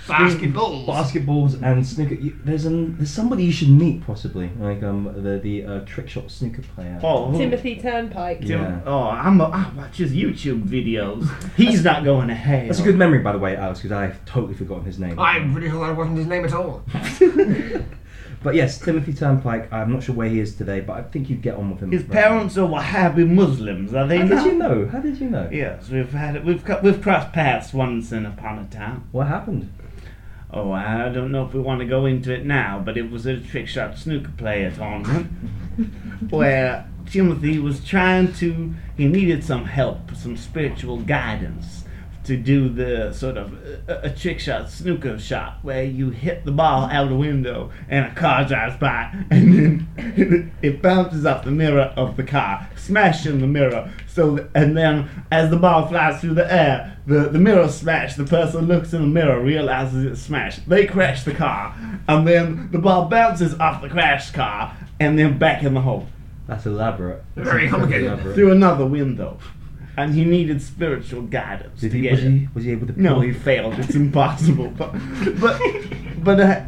Speaker 7: Basketballs.
Speaker 1: basketballs and snooker. You, there's an there's somebody you should meet possibly, like um the the uh, trick shot snooker player.
Speaker 4: Oh,
Speaker 6: Timothy Turnpike.
Speaker 1: Yeah.
Speaker 4: oh, I'm a, I watch his YouTube videos. He's not going to hell.
Speaker 1: That's a good memory, by the way, Alex, because I've totally forgotten his name.
Speaker 7: I'm pretty sure that wasn't his name at all.
Speaker 1: But yes, Timothy Turnpike. I'm not sure where he is today, but I think you'd get on with him.
Speaker 4: His
Speaker 1: right
Speaker 4: parents are Wahhabi Muslims, are
Speaker 1: now.
Speaker 4: they
Speaker 1: How
Speaker 4: not?
Speaker 1: did you know? How did you know?
Speaker 4: Yes, we've had we've co- we've crossed paths once in upon a time.
Speaker 1: What happened?
Speaker 4: Oh, I don't know if we want to go into it now, but it was a trick shot snooker player tournament where Timothy was trying to. He needed some help, some spiritual guidance to do the sort of uh, a, a trick shot snooker shot where you hit the ball out a window and a car drives by and then it bounces off the mirror of the car, smashing the mirror. So th- and then as the ball flies through the air, the, the mirror smashed. The person looks in the mirror, realizes it's smashed. They crash the car, and then the ball bounces off the crashed car and then back in the hole
Speaker 1: That's elaborate.
Speaker 7: Very complicated.
Speaker 1: Elaborate.
Speaker 4: through another window. And he needed spiritual guidance.
Speaker 1: Did
Speaker 4: to
Speaker 1: he
Speaker 4: get
Speaker 1: was,
Speaker 4: it.
Speaker 1: he was he able to?
Speaker 4: No,
Speaker 1: pull
Speaker 4: he failed. It's impossible. But but but uh,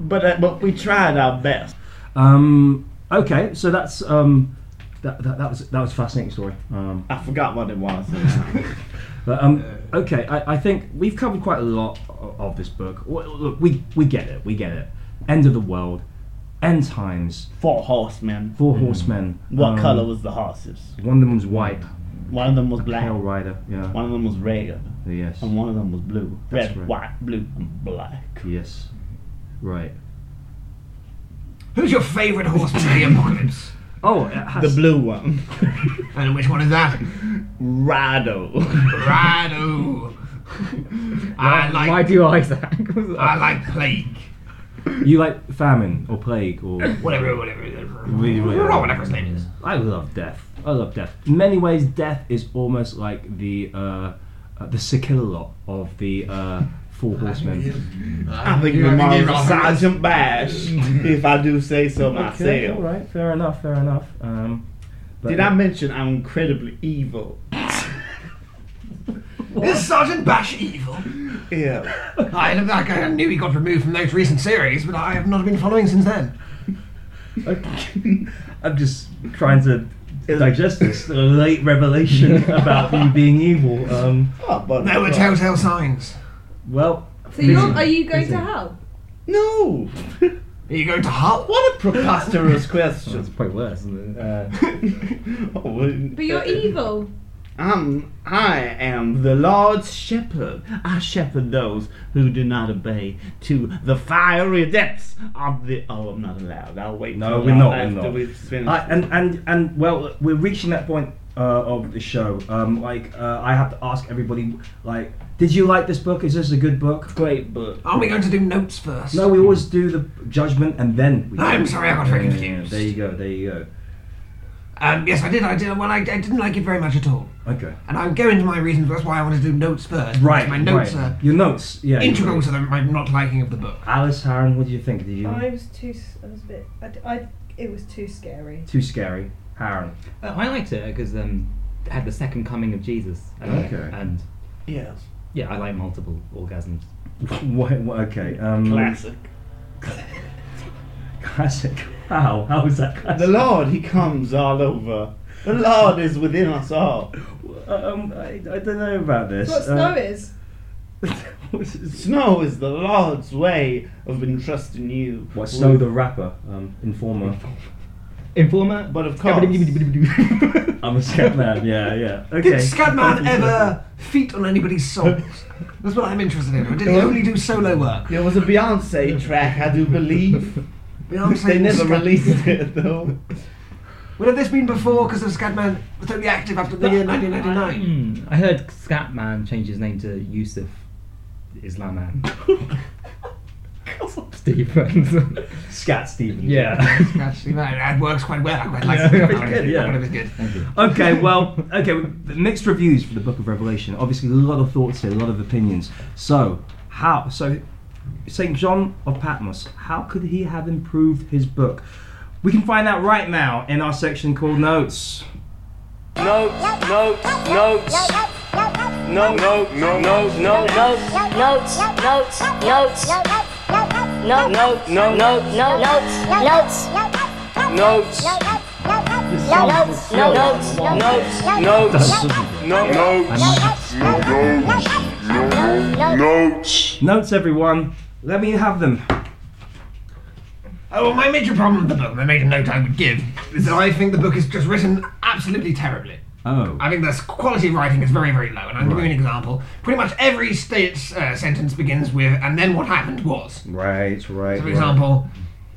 Speaker 4: but, uh, but we tried our best.
Speaker 1: Um. Okay. So that's um. That, that, that was that was a fascinating story. Um,
Speaker 4: I forgot what it was.
Speaker 1: But um, okay, I, I think we've covered quite a lot o- of this book. W- Look, we we get it, we get it. End of the world, end times,
Speaker 4: Four horsemen.
Speaker 1: 4 horsemen.
Speaker 4: Mm. What
Speaker 1: um,
Speaker 4: color was the horses?
Speaker 1: One of them was white,
Speaker 4: One of them was black.
Speaker 1: pale rider. Yeah.
Speaker 4: One of them was red,
Speaker 1: Yes.
Speaker 4: and one of them was blue.
Speaker 1: That's
Speaker 4: Red,
Speaker 1: right.
Speaker 4: white, blue, and black.
Speaker 1: Yes. Right.
Speaker 7: Who's your favourite horseman of the apocalypse?
Speaker 1: Oh, it has,
Speaker 4: The blue one,
Speaker 7: And which one is that?
Speaker 4: Rado.
Speaker 7: Rado. I like.
Speaker 5: Why do you Isaac?
Speaker 7: I like plague.
Speaker 1: You like famine or plague or
Speaker 7: Whatever, whatever. whatever,
Speaker 1: Really, really.
Speaker 7: whatever his name is.
Speaker 1: I love death. I love death. In many ways, death is almost like the uh, uh, the Sikilot of the uh, Four Horsemen.
Speaker 4: I think my mom's a Sergeant Bash, if I do say so
Speaker 1: Okay,
Speaker 4: myself.
Speaker 1: all right, fair enough, fair enough. Um, but
Speaker 4: Did I mention I'm incredibly evil?
Speaker 7: Is Sergeant Bash evil?
Speaker 4: Yeah.
Speaker 7: I, like, I knew he got removed from those recent series, but I have not been following since then.
Speaker 1: Okay. I'm just trying to digest this late revelation about you being evil. Um,
Speaker 4: Oh, but
Speaker 7: There were telltale signs.
Speaker 1: well,
Speaker 6: So you're,
Speaker 1: Busy.
Speaker 6: are you going
Speaker 1: Busy.
Speaker 6: to hell?
Speaker 4: No!
Speaker 7: Are you going to Hull?
Speaker 4: What a preposterous question.
Speaker 5: That's probably worse, isn't it?
Speaker 4: Oh, well,
Speaker 6: But
Speaker 1: Uh,
Speaker 6: you're evil.
Speaker 4: I'm, Um, I am the Lord's shepherd. I shepherd those who do not obey to the fiery depths of the. Oh, I'm not allowed. I'll wait.
Speaker 1: No,
Speaker 4: till
Speaker 1: Uh, we're not,
Speaker 4: after
Speaker 1: we're not.
Speaker 4: we've finished.
Speaker 1: I, uh, and and and well, we're reaching that point uh, of the show. Um, like uh, I have to ask everybody, like, did you like this book? Is this a good book?
Speaker 4: Great book.
Speaker 7: Are we going to do notes first?
Speaker 1: No, we always do the judgment and then. We
Speaker 7: I'm sorry, I got very
Speaker 1: Yeah,
Speaker 7: confused.
Speaker 1: There you go. There you go.
Speaker 7: Um, yes, I did. I did. Well, I, I didn't like it very much at all.
Speaker 1: Okay.
Speaker 7: And I'm going to my reasons. That's why I want to do notes first.
Speaker 1: Right.
Speaker 7: My notes
Speaker 1: right.
Speaker 7: are
Speaker 1: your notes. Yeah. your
Speaker 7: integral
Speaker 1: notes.
Speaker 7: to the, my not liking of the book.
Speaker 1: Alice Harron, what do you think? Did you
Speaker 3: I was too. s- I was a bit. I, d- I- It was too scary.
Speaker 1: too scary, Harron?
Speaker 5: Uh, I liked it because um, it had the second coming of Jesus. uh,
Speaker 1: Okay.
Speaker 5: And
Speaker 4: Yes.
Speaker 5: yeah, I like multiple orgasms.
Speaker 1: What, what, okay. Um,
Speaker 4: Classic.
Speaker 1: Classic. How? How is that
Speaker 4: The
Speaker 1: classic?
Speaker 4: Lord, He comes all over. The Lord is within us all.
Speaker 1: um, I, I don't know about this. um,
Speaker 3: What snow is?
Speaker 1: is?
Speaker 4: Snow is the Lord's way of entrusting you.
Speaker 1: what Snow the rapper? Um, informer.
Speaker 5: Informer,
Speaker 4: But of course.
Speaker 5: course.
Speaker 1: I'm a scat man. Yeah, yeah. Okay.
Speaker 7: Did Scatman ever feat on anybody's songs? That's what I'm interested in. Or did he only do solo work?
Speaker 4: There was a Beyonce track, I do believe.
Speaker 7: Beyonce
Speaker 4: They
Speaker 7: and
Speaker 4: never
Speaker 7: Scat-
Speaker 4: released it though.
Speaker 7: Would have this been before because of Scatman was only active after the year 1999?
Speaker 5: Hmm, I heard Scatman change his name to Yusuf Islaman. Stephen.
Speaker 1: Scat Stevens.
Speaker 5: yeah.
Speaker 7: Actually, no, that works quite well. I quite like
Speaker 5: Yeah,
Speaker 7: it.
Speaker 5: it's
Speaker 1: good, yeah.
Speaker 7: That was good.
Speaker 5: Thank you.
Speaker 1: okay, well, okay, mixed reviews for the Book of Revelation. Obviously, a lot of thoughts here, a lot of opinions. So, how? So, Saint John of Patmos. How could he have improved his book? We can find out right now in our section called notes.
Speaker 2: Notes, notes, notes. no, no, no, no, no, notes, notes, notes, notes, no, no, no, no, no, notes, notes, notes, notes, notes, notes, notes, notes, notes, notes,
Speaker 1: Notes, everyone. Let me have them.
Speaker 7: Oh, well, my major problem with the book, my major note I would give, is that I think the book is just written absolutely terribly.
Speaker 1: Oh.
Speaker 7: I think the quality of writing is very, very low. And I'll give you an example. Pretty much every state, uh, sentence begins with, and then what happened was.
Speaker 1: Right, right.
Speaker 7: So,
Speaker 1: right.
Speaker 7: for example,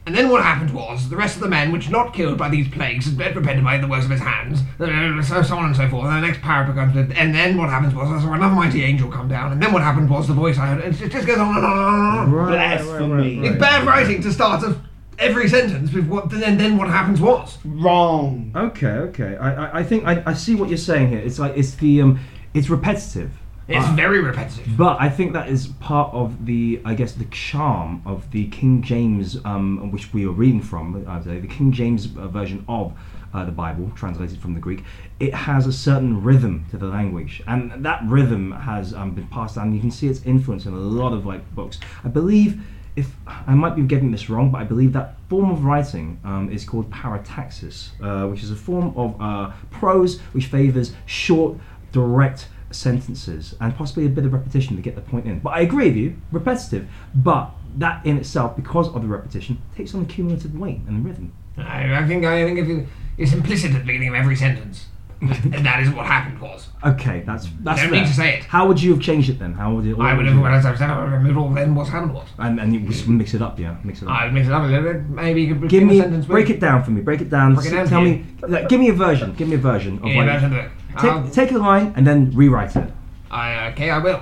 Speaker 7: and then what happened was the rest of the men, which not killed by these plagues, but repented by the works of his hands, uh, so, so on and so forth. And the next paragraph becomes, and then what happens was I saw another mighty angel come down, and then what happened was the voice I heard. and It just just goes on and on and on. and on.
Speaker 1: Right,
Speaker 4: Blasphemy.
Speaker 1: right, right,
Speaker 7: It's
Speaker 1: right.
Speaker 7: bad writing to start of every sentence with what then then what happens was.
Speaker 4: Wrong.
Speaker 1: Okay, okay. I, I, I think I, I see what you're saying here. It's like it's the um, it's repetitive.
Speaker 7: It's
Speaker 1: Ah.
Speaker 7: very repetitive.
Speaker 1: But I think that is part of the, I guess, the charm of the King James, um, which we are reading from, uh, the the King James uh, version of uh, the Bible, translated from the Greek. It has a certain rhythm to the language, and that rhythm has um, been passed down. You can see its influence in a lot of like books. I believe, if I might be getting this wrong, but I believe that form of writing um, is called parataxis, uh, which is a form of uh, prose which favors short, direct sentences and possibly a bit of repetition to get the point in. But I agree with you, repetitive. But that in itself, because of the repetition, takes on a cumulative weight and rhythm.
Speaker 7: I, I think I think if you, it's implicit at the beginning of every sentence. and that is what happened was.
Speaker 1: Okay, that's that's.
Speaker 7: You don't
Speaker 1: fair.
Speaker 7: need to say it.
Speaker 1: How would you have changed it then? How would you?
Speaker 7: I would have
Speaker 1: you-
Speaker 7: when I said "Oh, I would have removed all then what happened was.
Speaker 1: And, and you just mix it up, yeah, mix it up.
Speaker 7: I would mix it up a little bit. Maybe you
Speaker 1: Give
Speaker 7: could begin a
Speaker 1: me,
Speaker 7: sentence
Speaker 1: break
Speaker 7: with,
Speaker 1: it down for me. Break it down.
Speaker 7: Break it down
Speaker 1: tell
Speaker 7: for
Speaker 1: me, like, give me a version. Give me a version of
Speaker 7: Yeah,
Speaker 1: like-
Speaker 7: version of it. Um, I'll-
Speaker 1: Take, take a line and then rewrite it.
Speaker 7: I, okay, I will.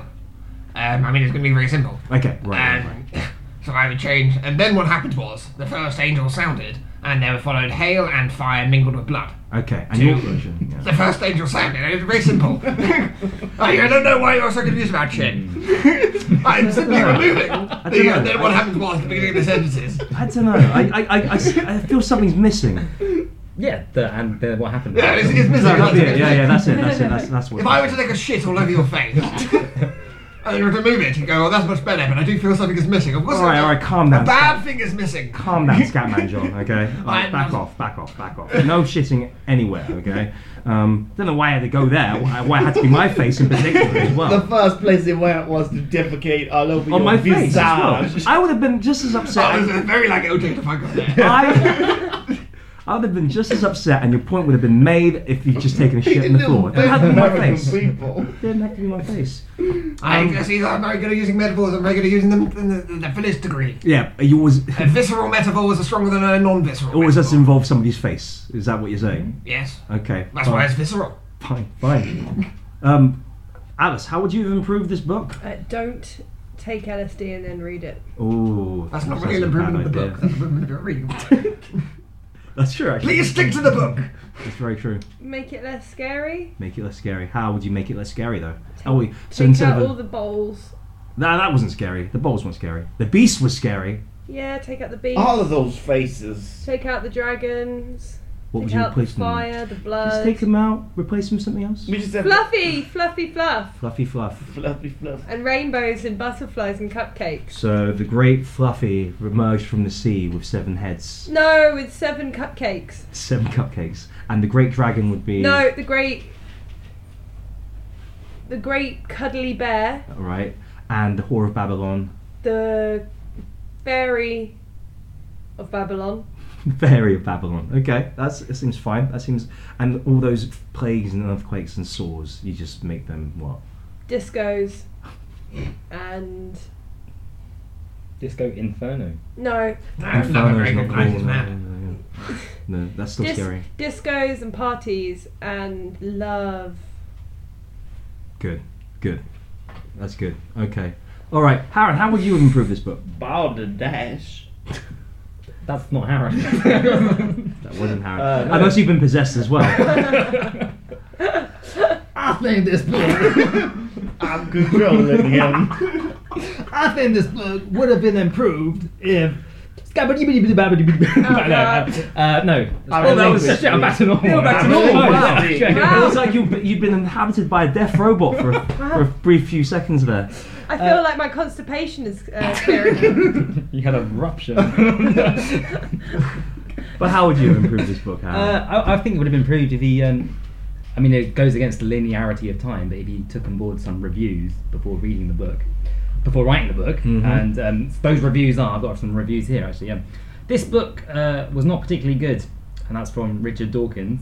Speaker 7: Um, I mean, it's going to be very simple.
Speaker 1: Okay, right. right, right.
Speaker 7: Um, so I would change. And then what happened was the first angel sounded, and there followed hail and fire mingled with blood.
Speaker 1: Okay, and
Speaker 7: two.
Speaker 1: your version. Yeah.
Speaker 7: The first angel sounded. It was very simple. I, I don't know why you're so confused about shit.
Speaker 1: Mm.
Speaker 7: I'm simply removing. The,
Speaker 1: know.
Speaker 7: uh, then what happened was the beginning of the sentences.
Speaker 1: I don't know. I, I, I- I s- I feel something's missing.
Speaker 5: Yeah, the, and the, what happened?
Speaker 7: Yeah, it's, it's
Speaker 1: Yeah,
Speaker 7: miserable.
Speaker 1: yeah, yeah, that's it. That's it. That's, that's what.
Speaker 7: If I were to take a shit all over your face and you were to move it, you'd go, oh, that's much better, but I do feel something is missing. Of course,
Speaker 1: All right, all right, calm
Speaker 7: a
Speaker 1: down.
Speaker 7: bad thing is missing.
Speaker 1: Calm down, Scatman John. Okay, All right,
Speaker 7: I'm
Speaker 1: back
Speaker 7: not-
Speaker 1: off, back off, back off. No shitting anywhere. Okay. Um, don't know why I had to go there. Why why it had to be my face in particular as
Speaker 4: The
Speaker 1: well.
Speaker 4: first place it went was to defecate all over
Speaker 1: On
Speaker 4: your
Speaker 1: my face as
Speaker 4: visage.
Speaker 1: well. I would have been just as upset.
Speaker 7: I was uh, very like OJ if I got there.
Speaker 1: I, I would have been just as upset, and your point would have been made if you'd just taken a shit in the floor. It didn't have to be my
Speaker 4: American
Speaker 1: face. It
Speaker 4: people.
Speaker 1: didn't have to be my face.
Speaker 7: I
Speaker 1: um,
Speaker 7: I see that I'm very good at using metaphors, I'm very good at using them in the, the fullest degree.
Speaker 1: Yeah, you was
Speaker 7: A visceral metaphor is stronger than a non visceral.
Speaker 1: always does involve somebody's face. Is that what you're saying?
Speaker 7: Yes,
Speaker 1: Okay.
Speaker 7: that's
Speaker 1: fine.
Speaker 7: why it's visceral.
Speaker 1: Fine, fine. Um, Alice, how would you have improved this book?
Speaker 6: Uh, don't take LSD and then read it.
Speaker 1: Oh,
Speaker 7: That's not
Speaker 1: that
Speaker 7: really an
Speaker 1: sounds like a
Speaker 7: improvement of the
Speaker 1: bad idea.
Speaker 7: book. That's an improvement of reading the book.
Speaker 1: That's true, actually.
Speaker 7: Please stick to the book.
Speaker 1: That's very true.
Speaker 6: Make it less scary.
Speaker 1: Make it less scary. How would you make it less scary, though? Oh, we so
Speaker 6: Take
Speaker 1: instead
Speaker 6: out
Speaker 1: of a,
Speaker 6: all the bowls.
Speaker 1: nah, that wasn't scary. The balls weren't scary. The beast was scary.
Speaker 6: Yeah, take out the bees.
Speaker 1: Oh.
Speaker 4: All of those faces.
Speaker 6: Take out the dragons.
Speaker 1: What would
Speaker 6: take
Speaker 1: you
Speaker 6: out the
Speaker 1: replace them? with?
Speaker 6: fire, the
Speaker 1: Just
Speaker 6: blood.
Speaker 1: take them out. Replace them with something else.
Speaker 4: We just have
Speaker 6: Fluffy, fluffy, fluff,
Speaker 1: Fluffy fluff.
Speaker 4: fluffy fluff.
Speaker 6: and rainbows and butterflies and cupcakes.
Speaker 1: So the great fluffy emerged from the sea with seven heads,
Speaker 6: No, with seven cupcakes.
Speaker 1: seven cupcakes, and the great dragon would be
Speaker 6: No, the great, the great cuddly bear,
Speaker 1: All right, and the whore of Babylon,
Speaker 6: the fairy of Babylon.
Speaker 1: fairy of Babylon. Okay, that's that seems fine. That seems and all those plagues and earthquakes and sores. You just make them what?
Speaker 6: discos and
Speaker 5: Disco Inferno.
Speaker 6: no
Speaker 7: No, I'm not a very
Speaker 1: Inferno's
Speaker 7: good crisis man.
Speaker 1: cool, no, no, no. No, that's still
Speaker 6: dis-
Speaker 1: scary.
Speaker 6: discos and parties and love
Speaker 1: Good, good. That's good. Okay. All right, Haran, how would you improve this book?
Speaker 4: Balderdash.
Speaker 5: That's not Harry.
Speaker 1: That wasn't Haran.
Speaker 5: Uh, no.
Speaker 1: Unless you've been possessed as well.
Speaker 7: I named this book.
Speaker 4: I'm controlling him.
Speaker 7: I think this book would have been improved
Speaker 4: if
Speaker 5: uh, no.
Speaker 1: Oh, that was-
Speaker 5: shit. I'm back to normal.
Speaker 1: You're back to
Speaker 5: Yeah,
Speaker 1: normal. Wow.
Speaker 5: yeah, yeah.
Speaker 1: It was like you've, you've been inhabited by a deaf robot for a, for a brief few seconds there.
Speaker 6: I feel like my constipation is uh, clearing.
Speaker 5: You had a rupture.
Speaker 1: But how would you improve this book, Harry?
Speaker 5: Uh, I, I think it would have improved if he. Um, I mean, it goes against the linearity of time, but if he took on board some reviews before reading the book, before writing the book,
Speaker 1: Mhm.
Speaker 5: and um, those reviews are I've got some reviews here actually. Um, this book uh, was not particularly good, and that's from Richard Dawkins.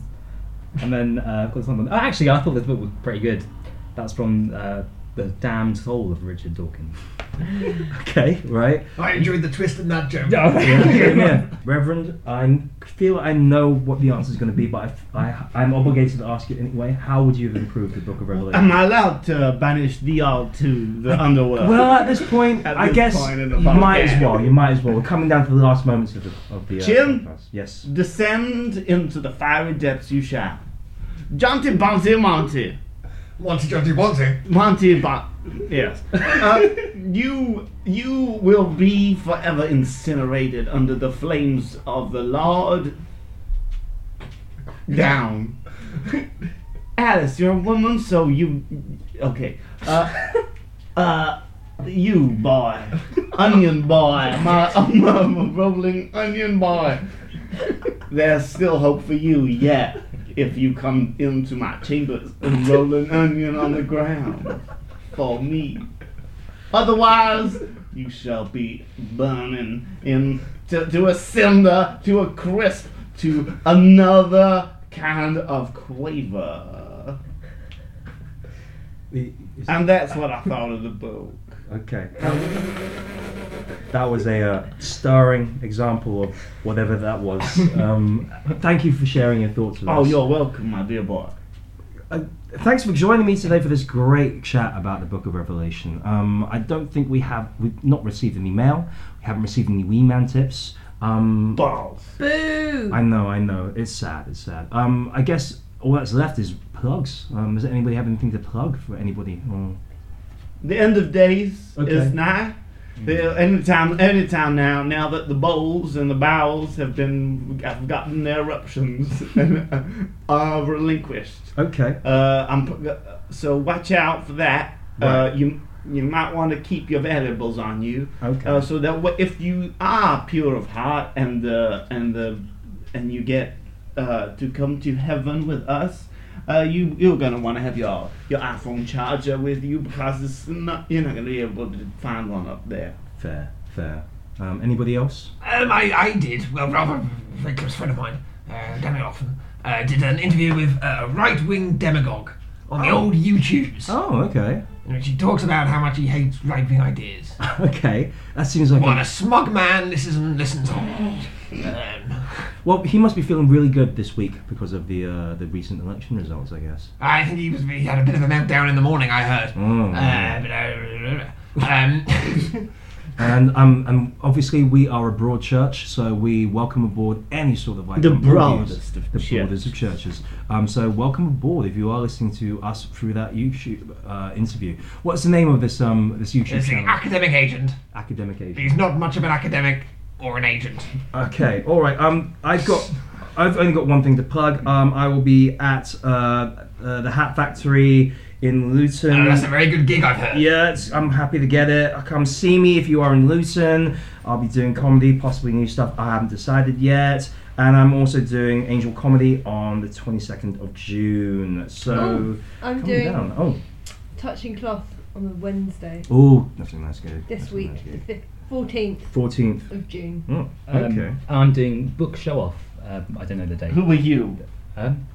Speaker 5: And then uh, I've got someone. Oh, actually, I thought this book was pretty good. That's from uh, the Damned Soul of Richard Dawkins.
Speaker 1: okay, right.
Speaker 7: I enjoyed the twist in that joke.
Speaker 1: Yeah, yeah. Reverend, I feel I know what the answer is going to be, but I, I, am obligated to ask you anyway. How would you have improved the Book of
Speaker 4: Am
Speaker 1: Revelation?
Speaker 4: I allowed to banish the all to the underworld?
Speaker 1: Well, at this point,
Speaker 4: At
Speaker 1: I
Speaker 4: this
Speaker 1: guess
Speaker 4: point in the
Speaker 1: you might
Speaker 4: podcast.
Speaker 1: as well. You might as well. We're coming down to the last moments of the of the. Uh,
Speaker 4: Jim?
Speaker 1: podcast. Yes.
Speaker 4: Descend into the fiery depths you shall. Jaunty Bouncy Monty.
Speaker 7: Wants it, Johnny wants it.
Speaker 4: Monty Bon. Yes. Uh, you you will be forever incinerated under the flames of the Lord. Down. Alice, you're a woman, so you. Okay. Uh, uh, you boy, onion boy, my, I'm a rolling onion boy. There's still hope for you yet if you come into my chambers and roll an onion on the ground for me. Otherwise, you shall be burning in to, to a cinder, to a crisp, to another kind of quaver.
Speaker 1: The- is-
Speaker 4: And that's what I thought of the book.
Speaker 1: Okay. That was a uh, stirring example of whatever that was. Um, thank you for sharing your thoughts with
Speaker 4: Oh,
Speaker 1: us.
Speaker 4: you're welcome, my dear boy.
Speaker 1: Uh, thanks for joining me today for this great chat about the Book of Revelation. Um, I don't think we have we've not received any mail. We haven't received any Wee Man tips. Um,
Speaker 4: Balls.
Speaker 6: Boo!
Speaker 1: I know, I know. It's sad. It's sad. Um, I guess all that's left is plugs. Um, does anybody have anything to plug for anybody? Oh, Or-
Speaker 4: The end of days
Speaker 1: Okay.
Speaker 4: is nigh. The, anytime, anytime now. Now that the bowls and the bowels have been have gotten their eruptions and are relinquished.
Speaker 1: okay.
Speaker 4: Uh, I'm p- so watch out for that. Uh,
Speaker 1: Right.
Speaker 4: you you might want to keep your valuables on you.
Speaker 1: Okay.
Speaker 4: Uh, so that wh- if you are pure of heart and the and the and you get uh, to come to heaven with us, uh, you you're gonna want to have your your iPhone charger with you because it's not you're not gonna be able to find one up there.
Speaker 1: Fair, fair. Um, anybody else?
Speaker 7: Um, I, I did, well, rather a very close friend of mine, uh, Danny Offen, uh, did an interview with a right wing demagogue on the old YouTubes,
Speaker 1: Oh, okay.
Speaker 7: in which he talks about how much he hates right wing ideas.
Speaker 1: Okay, that seems like.
Speaker 7: What
Speaker 1: A,
Speaker 7: a smug man this is and listens on. Um,
Speaker 1: well, he must be feeling really good this week because of the uh, the recent election results, I guess.
Speaker 7: I think he was he had a bit of a meltdown in the morning, I heard.
Speaker 1: Mm.
Speaker 7: Uh, but, uh, um,
Speaker 1: And um, and obviously we are a broad church, so we welcome aboard any sort of like
Speaker 4: The
Speaker 1: reviews.
Speaker 4: broadest of
Speaker 1: the
Speaker 4: churches.
Speaker 1: broadest of churches. Um, so welcome aboard if you are listening to us through that YouTube uh, interview. What's the name of this um this YouTube
Speaker 7: it's an
Speaker 1: channel?
Speaker 7: academic agent.
Speaker 1: Academic Age.
Speaker 7: He's not much of an academic or an agent.
Speaker 1: Okay, all right. Um, I've got. I've only got one thing to plug. Um, I will be at uh, uh, the Hat Factory in Luton.
Speaker 7: Uh, that's a very good gig, I've heard.
Speaker 1: Mm. Yeah, it's, I'm happy to get it. Uh, Come see me if you are in Luton. I'll be doing comedy, possibly new stuff. I haven't decided yet. And I'm also doing Angel Comedy on the 22nd of June. So
Speaker 6: Oh, I'm
Speaker 1: come
Speaker 6: doing
Speaker 1: down. Oh,
Speaker 6: touching cloth on the Wednesday
Speaker 1: oh, nothing that's good.
Speaker 6: this
Speaker 1: Nothing
Speaker 6: week,
Speaker 1: that's
Speaker 6: the
Speaker 1: good.
Speaker 6: fif- 14th
Speaker 1: 14th.
Speaker 6: of June.
Speaker 1: Mm,
Speaker 5: Um,
Speaker 1: okay.
Speaker 5: I'm doing book show off. Uh, I don't know the date.
Speaker 4: Who are you?
Speaker 5: Um,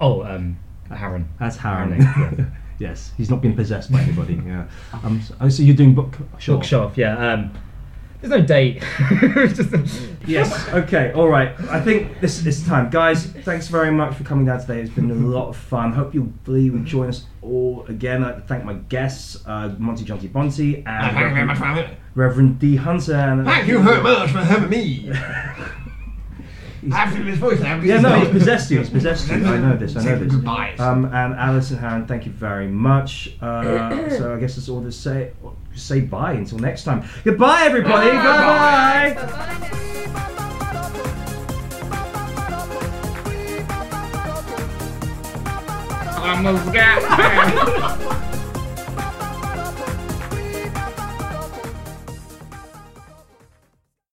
Speaker 5: oh, um, Harren.
Speaker 1: That's Harry.
Speaker 5: Harry, yeah.
Speaker 1: yes, he's not been possessed by anybody. yeah. Um, so, oh, so you're doing book show.
Speaker 5: Book show off. Yeah. Um, there's no date. It's just-
Speaker 1: Yes. Okay. All right. I think this this time, guys. Thanks very much for coming down today. It's been a lot of fun. Hope you will join us all again. I'd like to thank my guests, uh, Monty Jonty Bonty and
Speaker 7: Uh, thank you very much for having me.
Speaker 1: Reverend D Hunter. And
Speaker 7: Thank you very much for having me. After his voice, now,
Speaker 1: Yeah,
Speaker 7: he's
Speaker 1: no,
Speaker 7: not-
Speaker 1: he's possessed you. He's possessed you. I know this. I know
Speaker 7: Say
Speaker 1: this.
Speaker 7: goodbyes.
Speaker 1: Um, and Alice and Harren, thank you very much. Uh, so I guess it's all to say. Say bye until next time. Goodbye, everybody.
Speaker 7: Bye.
Speaker 1: Bye.
Speaker 6: Bye bye now.
Speaker 7: almost got there.